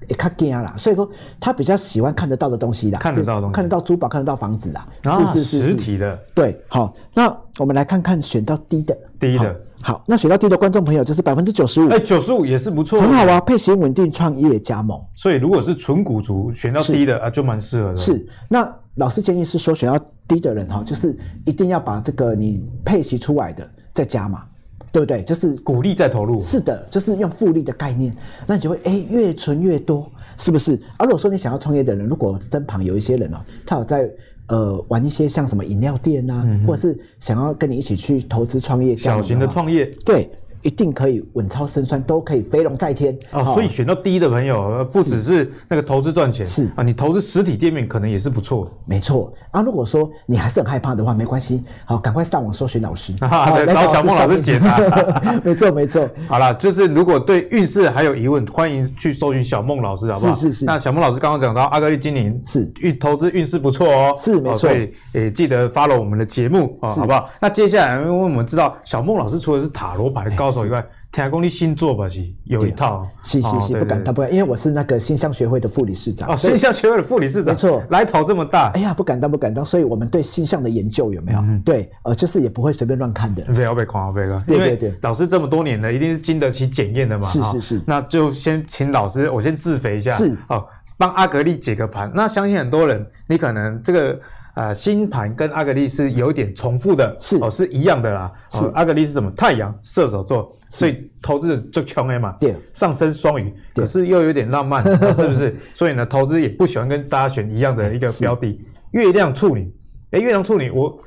也看惊啦，所以说他比较喜欢看得到的东西啦，看得到的东西看得到珠宝，看得到房子啦，啊是是是嗯是实体的，对，好，那我们来看看选到低的，低的好，好，那选到低的观众朋友就是百分之九十五，哎，九十五也是不错，很好。啊，配型稳定，创业加盟。所以如果是纯股族选到低的啊，就蛮适合的。是，那老师建议是说，选要低的人哈、就是一定要把这个你配息出来的再加嘛，对不对？就是鼓励再投入，是的，就是用复利的概念，那你就会哎越存越多，是不是？而、如果说你想要创业的人，如果身旁有一些人哦，他有在呃玩一些像什么饮料店啊，或者是想要跟你一起去投资创业加盟嗯小话，型的创业对，一定可以稳操胜算，都可以飞龙在天啊，好所以选到低的朋友，呃不只是那个投资赚钱，是啊，你投资实体店面可能也是不错的。没错啊，如果说你还是很害怕的话，没关系，好，赶快上网搜寻老师，啊好对来找小孟老师解答上没错没错，好啦，就是如果对运势还有疑问，欢迎去搜寻小孟老师，好不好？是是是那小孟老师刚刚讲到阿格力今年是运投资运势不错哦，是没哦错所以也记得 follow 我们的节目哦，好不好？那接下来，因为我们知道小孟老师除了是塔罗牌高手以外，天海公力星座吧是有一套哦，哎啊是是是，哦不敢当，。不敢，因为我是那个新乡学会的副理事对对对哦，长，所以星象学会的副理事长，没错来头这么大哎，呀，不敢当不敢当，所以我们对星象的研究有没有？对，呃，就是也不会随便乱看的，不要被狂被了，对因为对对老师这么多年了，一定是经得起检验的嘛。是哈是是那就先请老师，我先自肥一下，是哦，帮阿格力解个盘。那相信很多人，你可能这个呃星盘跟阿格力是有一点重复的，是哦是一样的啦。是哦，阿格力是什么？太阳射手座，所以投资人就穷的嘛，对上升双鱼，可是又有点浪 [LAUGHS] 漫，是不是？所以呢，投资也不喜欢跟大家选一样的一个标的。月亮处女，哎，月亮处女，我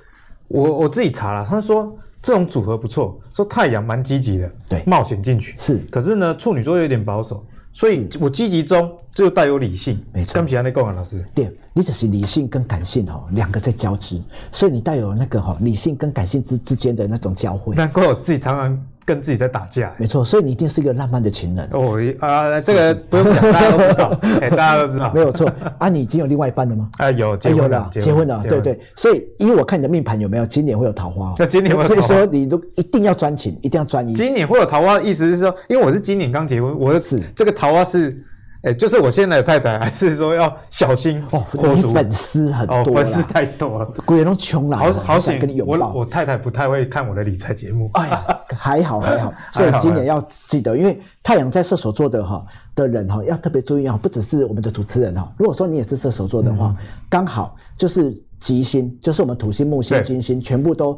我我自己查了，他说这种组合不错，说太阳蛮积极的，对冒险进取是可是呢，处女座有点保守，所以我积极中就带有理性，没错刚起来那啊，老师，对，你只是理性跟感性哦，两个在交织，所以你带有那个哈、理性跟感性之之间的那种交汇，难怪我自己常常跟自己在打架。没错，所以你一定是一个浪漫的情人，哦啊，这个不用讲，大家都知 [LAUGHS] 道，哎，大家都知道，没有错啊，你已经有另外一半了吗？啊，有哎 [LAUGHS] 结有婚了，结婚了，对。对，所以依我看你的命盘有没有，今年会有桃花、哦。那 [LAUGHS] 今年会有所以桃花说你都一定要专情，一定要专一。今年会有桃花，意思是说，因为我是今年刚结婚，我的是这个桃花是，哎、就是我现在的太太，还是说要小心哦，火你烛粉丝很哦，多粉丝啦，太多了，古人都穷了，好我好想险跟你，我拥抱我。太太不太会看我的理财节目，哎呀，还 [LAUGHS] 好还好，所以今年要记得，因为太阳在射手座的哈的人哈，要特别注意哦，不只是我们的主持人哈，如果说你也是射手座的嗯话，刚好就是吉星，就是我们土星、木星、对金星全部都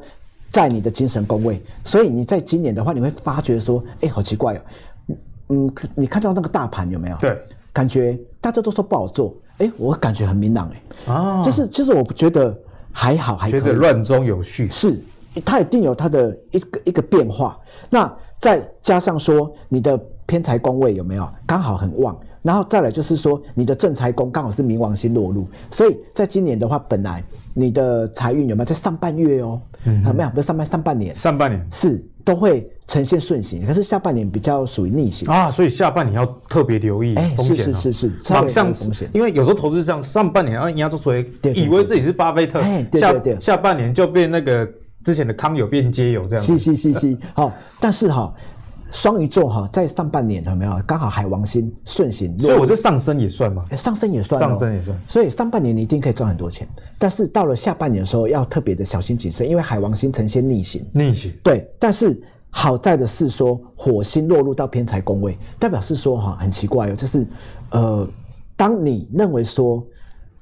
在你的精神宫位，所以你在今年的话，你会发觉说，哎，好奇怪哦，嗯，你看到那个大盘有没有？对，感觉大家都说不好做，哎，我感觉很明朗哎，哦就是其实我觉得还好，还可觉以。得乱中有序，是，它一定有它的一个一个变化。那再加上说你的偏财宫位有没有刚好很旺，然后再来就是说你的正财宫刚好是冥王星落入，所以在今年的话，本来你的财运有没有在上半月哦，嗯啊没有不是上半上半年上半年是都会呈现顺行，可是下半年比较属于逆行。啊，所以下半年要特别留意哎风险、啊是是是是稍微马上有风险因为有时候投资上上半年啊，人家做出来对对以为自己是巴菲特，哎对对对下下半年就变那个之前的康有变街有这样子是是是是，好、但是哈、双鱼座哈、在上半年有没有刚好海王星顺行落所以我这上升也算嘛，欸上升也算、哦，上升也算。所以上半年你一定可以赚很多钱，但是到了下半年的时候要特别的小心谨慎，因为海王星呈现逆行。逆行。对，但是好在的是说，火星落入到偏财宫位，代表是说哈，很奇怪哦，就是呃，当你认为说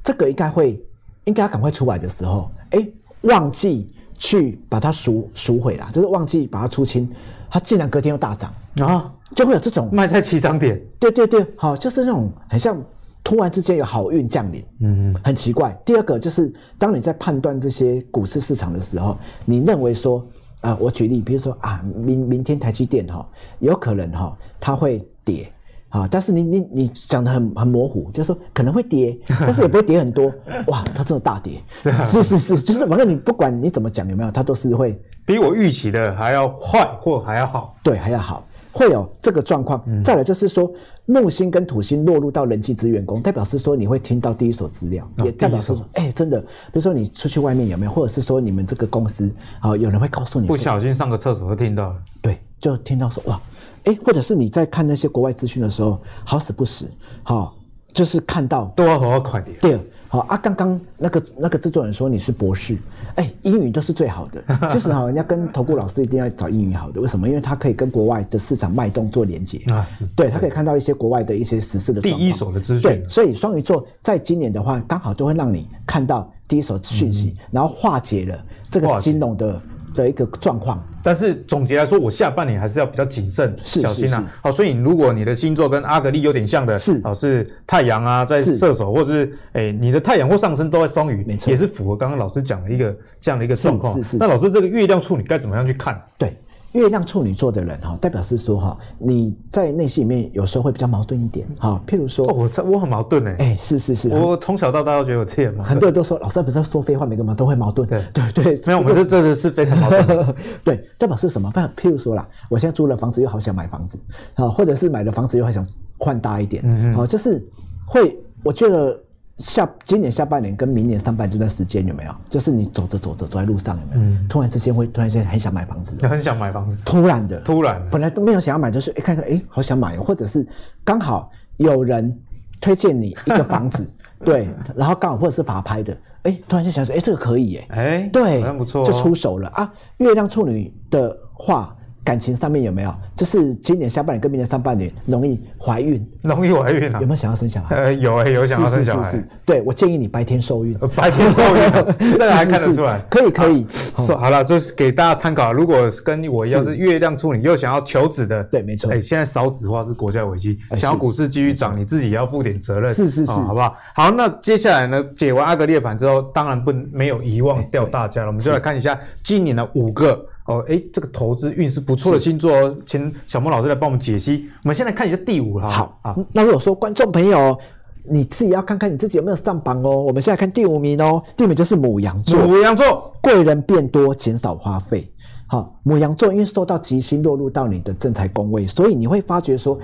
这个应该会应该要赶快出来的时候，哎，忘记去把它赎赎回啦，就是忘记把它出清，它竟然隔天又大涨，啊，就会有这种卖在起涨点，对对对，好，就是那种很像突然之间有好运降临，嗯，很奇怪。第二个就是当你在判断这些股市市场的时候，你认为说，啊、我举例，比如说啊，明明天台积电哈、有可能哈、它会跌。啊，但是你你你讲的很很模糊，就是说可能会跌，但是也不会跌很多。哇，它真的大跌，是是是，就是反正你不管你怎么讲有没有，它都是会比我预期的还要坏或还要好。对，还要好。会有这个状况。嗯再来就是说，木星跟土星落入到人际资源宫，代表是说你会听到第一手资料，哦也代表第一手是说，哎、真的，比如说你出去外面有没有，或者是说你们这个公司，好、有人会告诉你不说，小心上个厕所就听到了。对，就听到说哇，哎，或者是你在看那些国外资讯的时候，好死不死，好、就是看到都要好好快点。对，好啊，刚刚那个那个制作人说你是博士，哎，英语都是最好 [LAUGHS] 的。其实哈，人家跟投顾老师一定要找英语好的，为什么？因为他可以跟国外的市场脉动做连接啊是对他可以看到一些国外的一些时事的第状况一手的资讯对，所以双鱼座在今年的话，刚好都会让你看到第一手讯息，然后化解了这嗯化个解金融的的一个状况。但是总结来说，我下半年还是要比较谨慎、是小心啊是是。好，所以如果你的星座跟阿格力有点像的，是哦，是太阳啊，在是射手，或者是哎，你的太阳或上升都在双鱼，没错也是符合刚刚老师讲的一个这样的一个状况是是。是那老师，这个月亮处女该怎么样去看？对，月亮处女座的人哈、代表是说哈、你在内心里面有时候会比较矛盾一点哈、譬如说，哦，我这我很矛盾哎，哎、是是是，很我从小到大都觉得我自己很矛很盾，多人都说老师不是说废话，每个人都会矛盾，对对对， [LAUGHS] 没有，我们是真的是非常矛盾的。对，代表是什么？譬譬如说啦，我现在租了房子又好想买房子啊，或者是买了房子又很想换大一点，嗯嗯好、就是会，我觉得下今年下半年跟明年上半年这段时间有没有？就是你走着走着走在路上有没有？嗯突然之间会突然间很想买房子了，很想买房子，突然的，突然本来都没有想要买，就是哎、诶看看哎、诶好想买哦，或者是刚好有人推荐你一个房 [LAUGHS] 子，对，然后刚好或者是法拍的，哎、突然间想说哎、诶这个可以哎、哎对，好像不错哦就 [LAUGHS] 出手了啊。月亮处女的话，感情上面有没有？就是今年下半年跟明年上半年容易怀孕，容易怀孕啊有没？有想要生小孩？ [LAUGHS] 呃，有哎，有想要生小是是孩是，，对我建议你白天受孕，呃白天受孕 [LAUGHS] 啊，这个还是看得 [LAUGHS] 是出来。啊可以可以，哦说好了，就是给大家参考。如果跟我一样是月亮处女，又想要求子的，对没错哎，现在少子化是国家危机，哎是想要股市继续涨，你自己也要负点责任。是是是哦好不好？好，那接下来呢，解完阿格列盘之后，当然不能没有遗忘掉大家了。我们就来看一下今年的五个。哦，哎，这个投资运势不错的星座哦，请小莫老师来帮我们解析。我们先来看一下第五哈。好啊，那如果说观众朋友，你自己要看看你自己有没有上榜哦。我们现在看第五名哦，第五名就是母羊座，母羊座，贵人变多，减少花费。好，母羊座因为受到吉星落入到你的正财宫位，所以你会发觉说，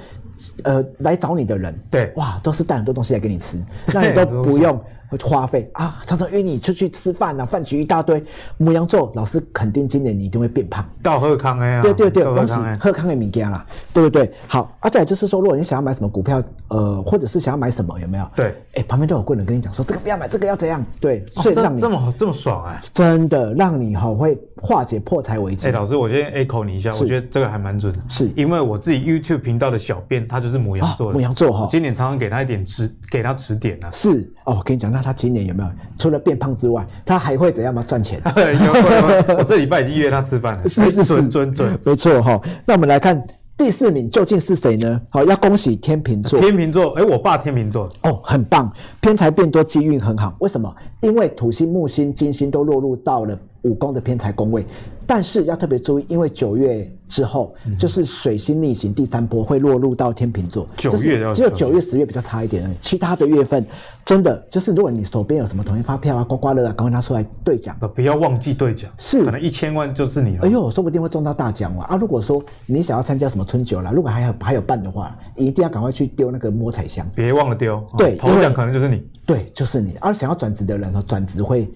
呃，来找你的人，对哇，都是带很多东西来给你 [LAUGHS] 吃，那你都不用花费啊，常常约你出去吃饭啊，饭局一大堆。母羊座老师肯定今年你一定会变胖，道贺康哎啊，对对对，道贺恭喜康哎，贺康也明家啦，对不对？好，啊，再来就是说，如果你想要买什么股票，呃，或者是想要买什么，有没有？对哎，旁边都有贵人跟你讲说，这个不要买，这个要怎样？对，哦所以这让你这么好，这么爽哎。真的让你哈会化解破财危哎、机。老师，我先 echo 你一下，我觉得这个还蛮准的，是因为我自己 YouTube 频道的小编，他就是母羊座的，啊母羊座哈，我今年常常给他一点指，给他指点啊 [LAUGHS] 是哦，我跟你讲，那他今年有没有除了变胖之外，他还会怎样吗？赚钱。有有有，我这礼拜已经约他吃饭了，是是是准准准，没错哈、那我们来看第四名究竟是谁呢？好，要恭喜天秤座。天秤座，哎、我爸天秤座，哦，很棒，偏财变多，机运很好。为什么？因为土星、木星、金星都落入到了五宫的偏财宫位，但是要特别注意，因为九月之后、嗯就是水星逆行第三波会落入到天秤座，九就是月要只有小心九月、十月比较差一点而已，其他的月份真的就是，如果你手边有什么统一发票啊、刮刮乐啊，赶快拿出来兑奖。呃不要忘记兑奖，是可能一千万就是你了。哎呦，说不定会中到大奖哦！啊！如果说你想要参加什么春酒啦，如果还有还有办的话，一定要赶快去丢那个摸彩箱。别忘了丢，哦对头因奖为可能就是你。对，就是你。而、想要转职的人哦，转职会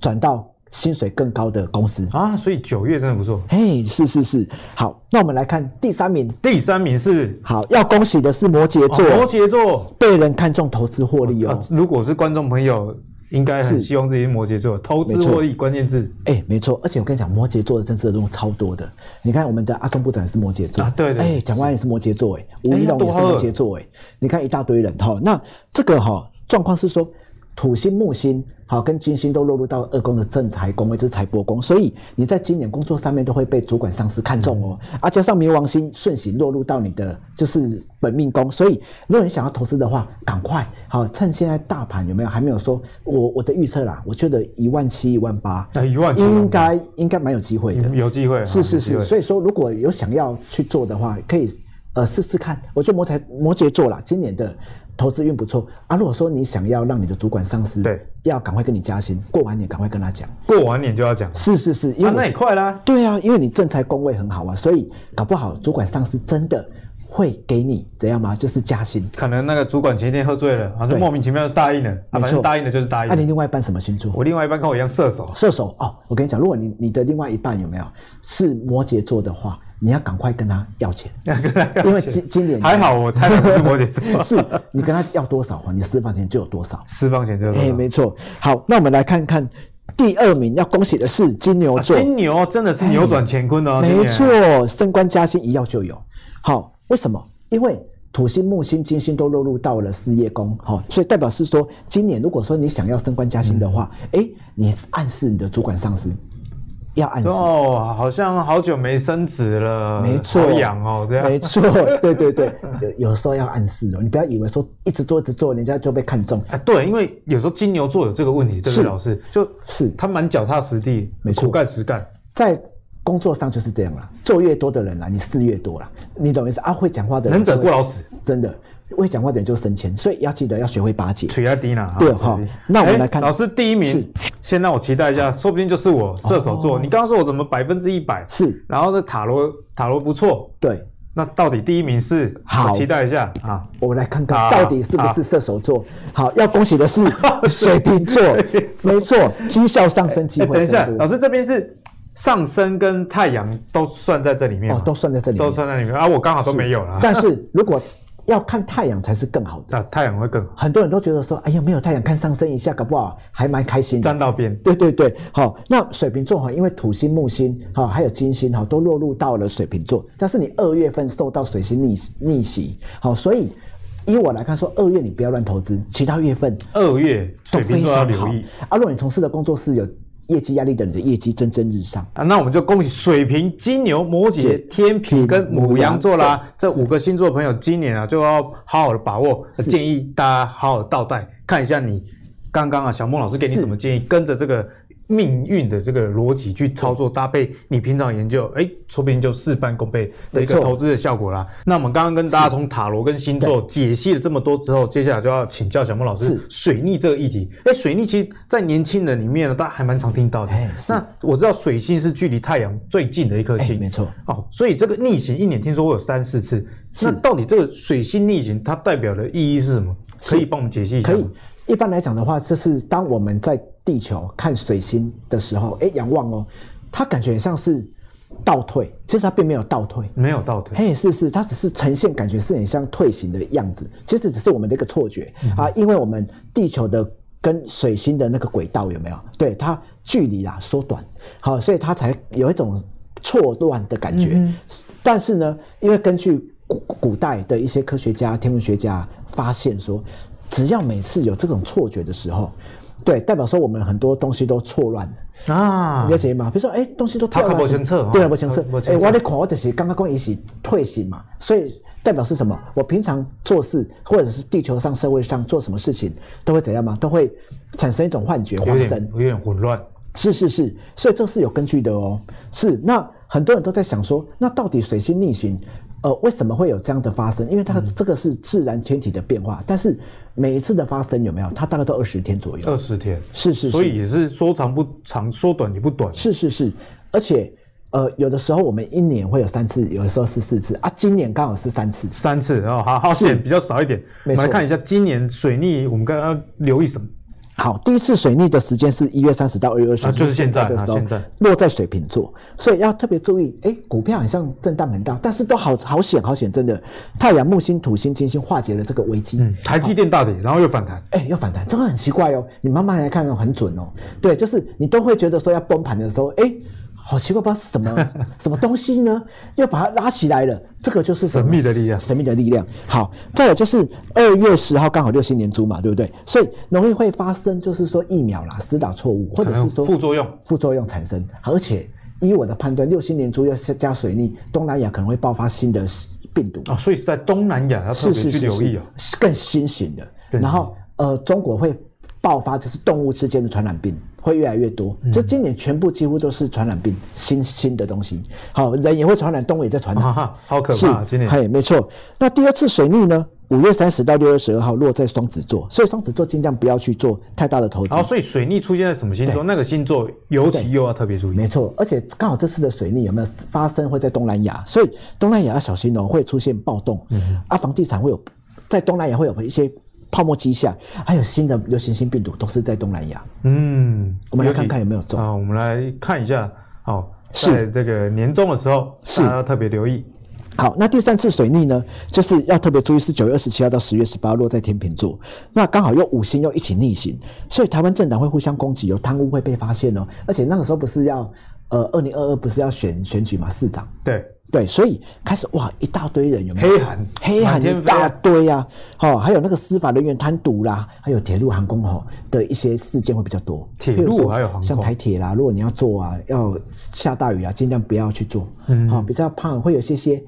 转到薪水更高的公司。啊，所以九月真的不错。嘿，是是是，好，那我们来看第三名。第三名是好，要恭喜的是摩羯座，哦摩羯座，被人看中投资获利啊哦。如果是观众朋友，应该很是希望自己是摩羯座，投资没错获利关键字哎、没错，而且我跟你讲，摩羯座的政治人物超多的。你看，我们的阿中部长也是摩羯座，啊对对哎、蒋万安也是摩羯座，哎，吴哎一要龙多也是喝摩羯座，哎，你看一大堆人哈。那这个哈状况是说，土星、木星好跟金星都落入到二宫的正财宫，也就是财帛宫，所以你在今年工作上面都会被主管、上司看中哦。嗯啊，加上冥王星顺行落入到你的就是本命宫，所以如果你想要投资的话，赶快好趁现在大盘有没有还没有说，我我的预测啦，我觉得一万七、一万八，啊17,000应该应该蛮有机会的。有机会啊。是是有是，机会所以说如果有想要去做的话，可以呃试试看。我觉得摩羯摩羯座啦，今年的投资运不错啊。如果说你想要让你的主管上司对，要赶快跟你加薪，过完年赶快跟他讲。过完年就要讲，是是是，因为啊，我那也快啦。对啊，因为你正财宫位很好啊，所以搞不好主管上司真的会给你怎样吗？就是加薪。可能那个主管前一天喝醉了，然后就对莫名其妙就答应了，啊，没错反正答应了就是答啊那、你应。另外一半什么星座？我另外一半跟我一样射手，射手哦，我跟你讲，如果你你的另外一半有没有是摩羯座的话，你要赶快跟他要钱， [LAUGHS] [LAUGHS] 因为今今 [LAUGHS] 年还好我太太不是摩羯 [LAUGHS] 座，是你跟他要多少还你私房钱就有多少。私房钱就是 [LAUGHS] 哎、这样。没错。好，那我们来看看第二名要恭喜的是金牛啊座，金牛真的是扭转乾坤哦，今哎没年错，升官加薪一要就有。好，为什么？因为土星、木星、金星都落入到了事业宫，好、所以代表是说，今年如果说你想要升官加薪的话，哎、你暗示你的主管上司要暗示。哦，好像好久没升职了，没错，好痒哦，这没样。错，对对对，有有时候要暗示哦，你不要以为说一直做一直做，人家就被看中，哎，对，因为有时候金牛座有这个问题，对不是对，老师？就是他蛮脚踏实地，没错苦干实干。在工作上就是这样啦，做越多的人啦，你事越多啦，你懂意思啊？会讲话的人能者就会过劳死，真的会讲话的人就升迁，所以要记得要学会巴结。取下低呢？对好哈取下低那我们哎来看哦老师第一名，先让我期待一下，说不定就是我射手座。你刚刚说我怎么百分之一百是，然后这塔罗塔罗不错，对，那到底第一名是？好我期待一下啊。我们来看看好到底是不是射手座。好，要恭喜 [LAUGHS] 的是水瓶座，没错，绩效上升机哎，会等一下，增老多。师这边是上升跟太阳都算在这里面吗哦，都算在这里面都算在里面啊，我刚好都没有啦。但是如果要看太阳才是更好的，啊，太阳会更好，很多人都觉得说，哎呀，没有太阳看上升一下，搞不好还蛮开心的站。到边。对对对，好、那水瓶座哈，因为土星、木星哈、还有金星哈、都落入到了水瓶座，但是你二月份受到水星逆逆袭，好、所以以我来看说，二月你不要乱投资，其他月份二月都水瓶非座要常留好意。啊，如果你从事的工作是有业绩压力的，你的业绩蒸蒸日上。啊，那我们就恭喜水瓶、金牛、摩羯是、天嗯平跟母羊座母啦羊，这五个星座的朋友今年啊就要好好的把握，呃建议大家好好地倒带，看一下你刚刚啊小孟老师给你是什么建议，跟着这个命运的这个逻辑去操作，搭配你平常研究，哎，说不定就事半功倍的一没个错投资的效果啦。那我们刚刚跟大家从塔罗跟星座解析了这么多之后，接下来就要请教小孟老师是水逆这个议题。哎，水逆其实在年轻人里面呢，大家还蛮常听到的哎。是那我知道水星是距离太阳最近的一颗哎星，没错。哦，所以这个逆行一年听说会有三四次。那到底这个水星逆行它代表的意义是什么？可以帮我们解析一下可吗？以，一般来讲的话，就是当我们在地球看水星的时候，哎，仰望哦，它感觉像是倒退，其实它并没有倒退，没有倒退，嘿，是是，它只是呈现感觉是很像退行的样子，其实只是我们的一个错觉、啊，因为我们地球的跟水星的那个轨道有没有？对，它距离啦缩短，好，所以它才有一种错乱的感觉。但是呢，因为根据古古代的一些科学家、天文学家发现说，只要每次有这种错觉的时候，对，代表说我们很多东西都错乱了。啊你了，解吗？比如说，哎、东西都掉他了，看不清楚哦对啊，不清楚他不。哎、清楚我的看我就是刚刚跟一起退行嘛，所以代表是什么？我平常做事或者是地球上社会上做什么事情，都会怎样吗？都会产生一种幻觉、有幻点身。有点混乱。是是是，所以这是有根据的哦。是，那很多人都在想说，那到底水星逆行，呃，为什么会有这样的发生？因为它这个是自然天体的变化，但是每一次的发生有没有？它大概都二十天左右。二十天，是是是。所以也是说长不长，说短也不短。是是是，而且呃，有的时候我们一年会有三次，有的时候是四次啊，今年刚好是三次。三次哦，好好是险比较少一点。我没们错嗯来看一下今年水逆，我们刚刚留意什么？好，第一次水逆的时间是一月三十到二月二十、啊就是现在这个时候啊现在落在水瓶座，所以要特别注意。哎，股票好像震荡很大，但是都好好险好险，真的，太阳、木星、土星、金星化解了这个危机。嗯，台积电大跌，然后又反弹。哎，要反弹，这个很奇怪哦。你慢慢来看哦，很准哦。对，就是你都会觉得说要崩盘的时候，哎，好奇怪，不知道是 [LAUGHS] 什么什么东西呢，又把它拉起来了。这个就是什么神秘的力量神秘的力量。好，再有就是二月十号刚好六星年猪嘛，对不对？所以容易会发生就是说疫苗啦施打错误，或者可能是说副作用副作用产生，而且。依我的判断，六星年猪要加水逆，东南亚可能会爆发新的病毒啊，所以是在东南亚要特是别是去是留意是啊。，是更新型的。更新型然后呃，中国会爆发就是动物之间的传染病会越来越多，嗯就今年全部几乎都是传染病，新新的东西。好，人也会传染，动物也在传染。啊哈，好可是怕啊，今年。嘿，没错。那第二次水逆呢？五月三十到六月十二号落在双子座，所以双子座尽量不要去做太大的投资然。后，所以水逆出现在什么星座？那个星座尤其又要特别注意没。错，而且刚好这次的水逆有没有发生会在东南亚，所以东南亚要小心哦，会出现暴动，啊，房地产会有在东南亚会有一些泡沫迹象，还有新的流行性病毒都是在东南亚。嗯，我们来尤其看看有没有中啊。我们来看一下，好，是在这个年终的时候，是大家要特别留意。好，那第三次水逆呢，就是要特别注意是九月二十七号到十月十八落在天秤座，那刚好又五星又一起逆行，所以台湾政党会互相攻击，有贪污会被发现哦，而且那个时候不是要呃二零二二不是要选选举嘛，市长。对，对，所以开始哇，一大堆人有没有？黑函黑满函天一飞啊大堆啊，哦，还有那个司法人员贪渎啦，还有铁路航空吼的一些事件会比较多。铁譬如说路还有航空像台铁啦，如果你要做啊，要下大雨啊，尽量不要去做，嗯好、比较怕会有一些些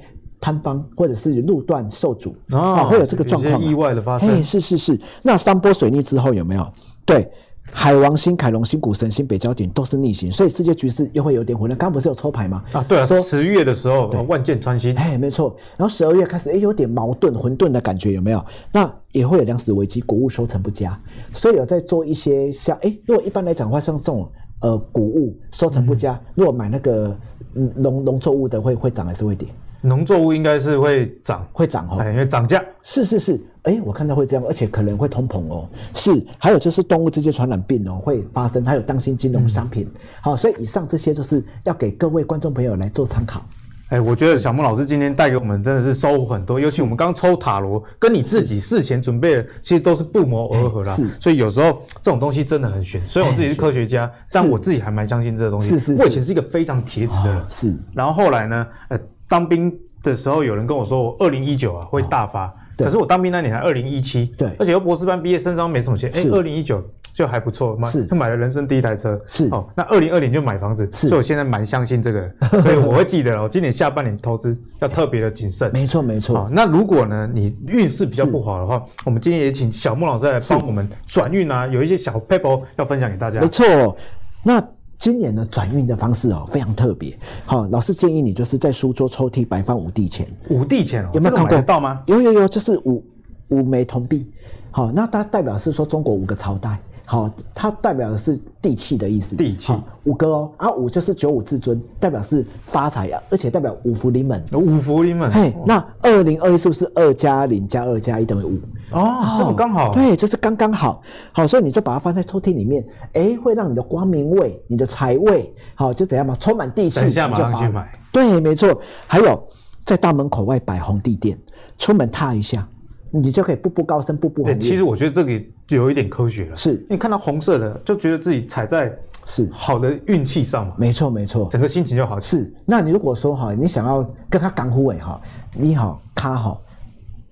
摊方或者是路段受阻，哦啊，会有这个状况啊、有一些意外的发生嘿是是是，那三波水逆之后有没有？对。海王星、凯龙星、古神星、北交点都是逆行，所以世界局势又会有点混乱。刚刚不是有抽牌吗？啊，对啊，说十月的时候呃万箭穿心，哎，没错。然后十二月开始，哎，有点矛盾、混沌的感觉，有没有？那也会有粮食危机，谷物收成不佳，所以有在做一些像，哎，如果一般来讲的话，像这种呃谷物收成不佳，如果买那个嗯农农作物的会，会涨还是会跌？农作物应该是会涨，会涨哦。哎，因为涨价。是是是，哎，我看到会这样，而且可能会通膨哦。是，还有就是动物之间传染病哦会发生，还有当心金融商品。好，所以以上这些就是要给各位观众朋友来做参考。哎，我觉得小孟老师今天带给我们真的是收获很多，尤其我们刚抽塔罗，跟你自己事前准备的其实都是不谋而合啦哎是。哎所以有时候这种东西真的很玄。虽然我自己是科学家，但我自己还蛮相信这个东西。是是是我以前是一个非常铁齿的人哦，是然后后来呢，呃，当兵的时候有人跟我说，我二零一九啊会大发，哦对可是我当兵那年才二零一七，对而且又博士班毕业，身上没什么钱，哎，是二零一九。就还不错，买是就买了人生第一台车，是哦。那二零二零就买房子，是所以我现在蛮相信这 [LAUGHS] 个，所以我会记得哦。今年下半年投资要特别的谨慎。没错没错。好，那如果呢你运势比较不好的话，我们今天也请小孟老师来帮我们转运啊，有一些小 paper 要分享给大家没。错，那今年的转运的方式哦非常特别。好、老师建议你就是在书桌抽屉摆放五帝钱，五帝钱哦，有没这个有看买过？得到吗？？有有有，就是五五枚铜币。好、那它代表是说中国五个朝代。好、它代表的是地气的意思。地气好五个哦，啊五就是九五至尊，代表是发财啊，而且代表五福临门。五福临门嘿，那二零二一是不是二加零加二加一等于五？哦，这么刚好。对，就是刚刚好，好，所以你就把它放在抽屉里面，哎，会让你的光明位、你的财位，好，就怎样嘛，充满地气，等一下马上你就把它去买。对，没错。还有在大门口外摆红地垫，出门踏一下，你就可以步步高升，步步对，红哎其叶。实我觉得这个有一点科学了，是你看到红色的就觉得自己踩在是好的运气上嘛，没错，没错。整个心情就好。是，那你如果说哈，你想要跟他干呼尾哈，你好，他好。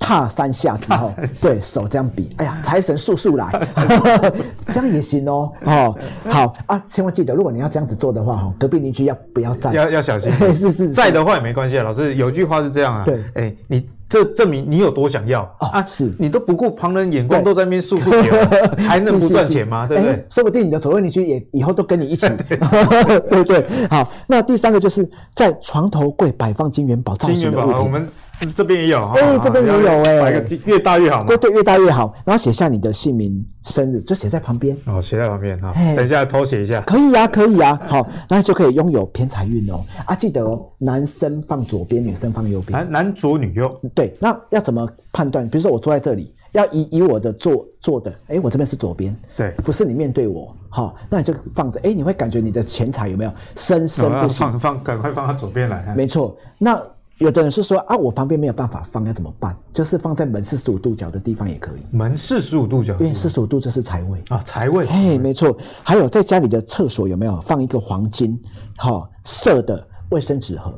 踏三下之后，对手这样比，哎呀，财神速速来， [LAUGHS] 这样也行哦。哦，好啊，千万记得，如果你要这样子做的话，哈，隔壁邻居要不要站？，要要小心 [LAUGHS] 是是是在的话也没关系啊。老师有句话是这样啊，对哎，你这证明你有多想要哦啊，是你都不顾旁人眼光，对都在那边速速给 [LAUGHS] 我，还能不是赚钱吗？对不？是是哎对？说不定你的左右邻居也以后都跟你一起， [LAUGHS] [LAUGHS] 对对。好，那第三个就是在床头柜摆放金元宝造金型元的宝物啊，品，我们这这边也有啊，哎这边也有哎摆个金越大越好嘛对。对，越大越好。然后写下你的姓名、生日，就写在旁边。哦，写在旁边哈，嘿等一下偷写一下。可以呀、啊可以呀、好，那就可以拥有偏财运哦。啊，记得哦，男生放左边，女生放右边。男男左女右，对，那要怎么判断？比如说我坐在这里，要以以我的坐坐的，哎，我这边是左边，对不是你面对我，好、那你就放着，哎，你会感觉你的钱财有没有生生我要不息？哦放放，赶快放到左边来。没错，那有的人是说啊，我旁边没有办法放，要怎么办？就是放在门四十五度角的地方也可以，门四十五度角因为四十五度就是财位。啊，财位。哎，没错，还有在家里的厕所有没有放一个黄金好、色的卫生纸盒？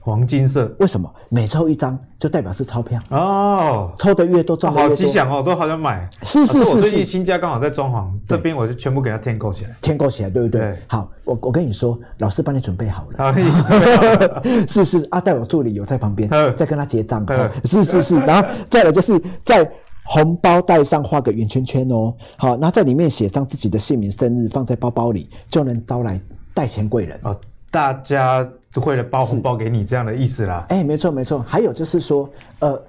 黄金色为什么每抽一张就代表是钞票？哦，抽的越多哦赚的好越吉多，祥哦，都好想买。是是可我是最近是新家刚好在装潢，这边我就全部给它添购起来。添购起来，对不对？对好，我我跟你说，老师帮你准备好了。啊，你这边好 [LAUGHS] 是是，阿戴有助理有在旁边嗯，在跟他结账。嗯哦是是是，然后再来就是在红包袋上画个圆圈圈哦，好，然后在里面写上自己的姓名、生日，放在包包里，就能招来带钱贵人。 [LAUGHS] 哦，大家会了包红包给你这样的意思啦。哎哎，没错没错，还有就是说，呃，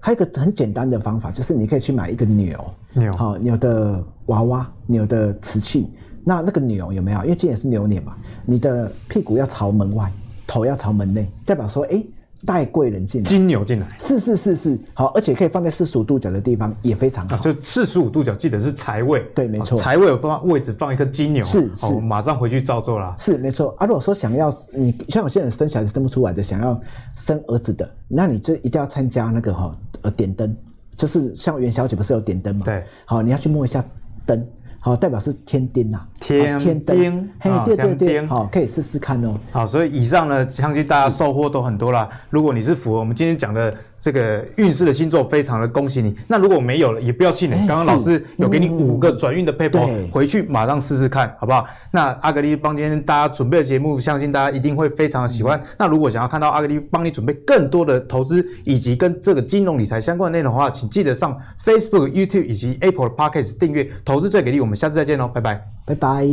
还有一个很简单的方法，就是你可以去买一个牛，牛好牛的娃娃，牛的瓷器。那那个牛有没有？因为今年是牛年嘛，你的屁股要朝门外，头要朝门内，代表说，哎，带贵人进来。金牛进来是是是是，好，而且可以放在四十五度角的地方也非常好。啊，所以四十五度角记得是财位，对没错哦财位有放位置放一颗金牛，是哦是我马上回去照做啦。是没错啊。如果说想要你像有些人生小孩子生不出来的，想要生儿子的，那你就一定要参加那个哈、呃点灯，就是像元宵节不是有点灯嘛？对好，你要去摸一下灯，好，代表是天丁呐、天好天丁灯，嘿啊，对对天对，丁好，可以试试看哦。好，所以以上呢，相信大家收获都很多啦。如果你是符合我们今天讲的这个运势的星座，非常的恭喜你。那如果没有了，也不要气馁。哎嗯刚刚老师有给你五个转运的 paper，、对回去马上试试看，好不好？那阿格力帮今天大家准备的节目，相信大家一定会非常的喜嗯欢。那如果想要看到阿格力帮你准备更多的投资以及跟这个金融理财相关的内容的话，请记得上 Facebook、YouTube 以及 Apple Podcast 订阅《投资最给力》。我们下次再见喽，拜拜。拜拜。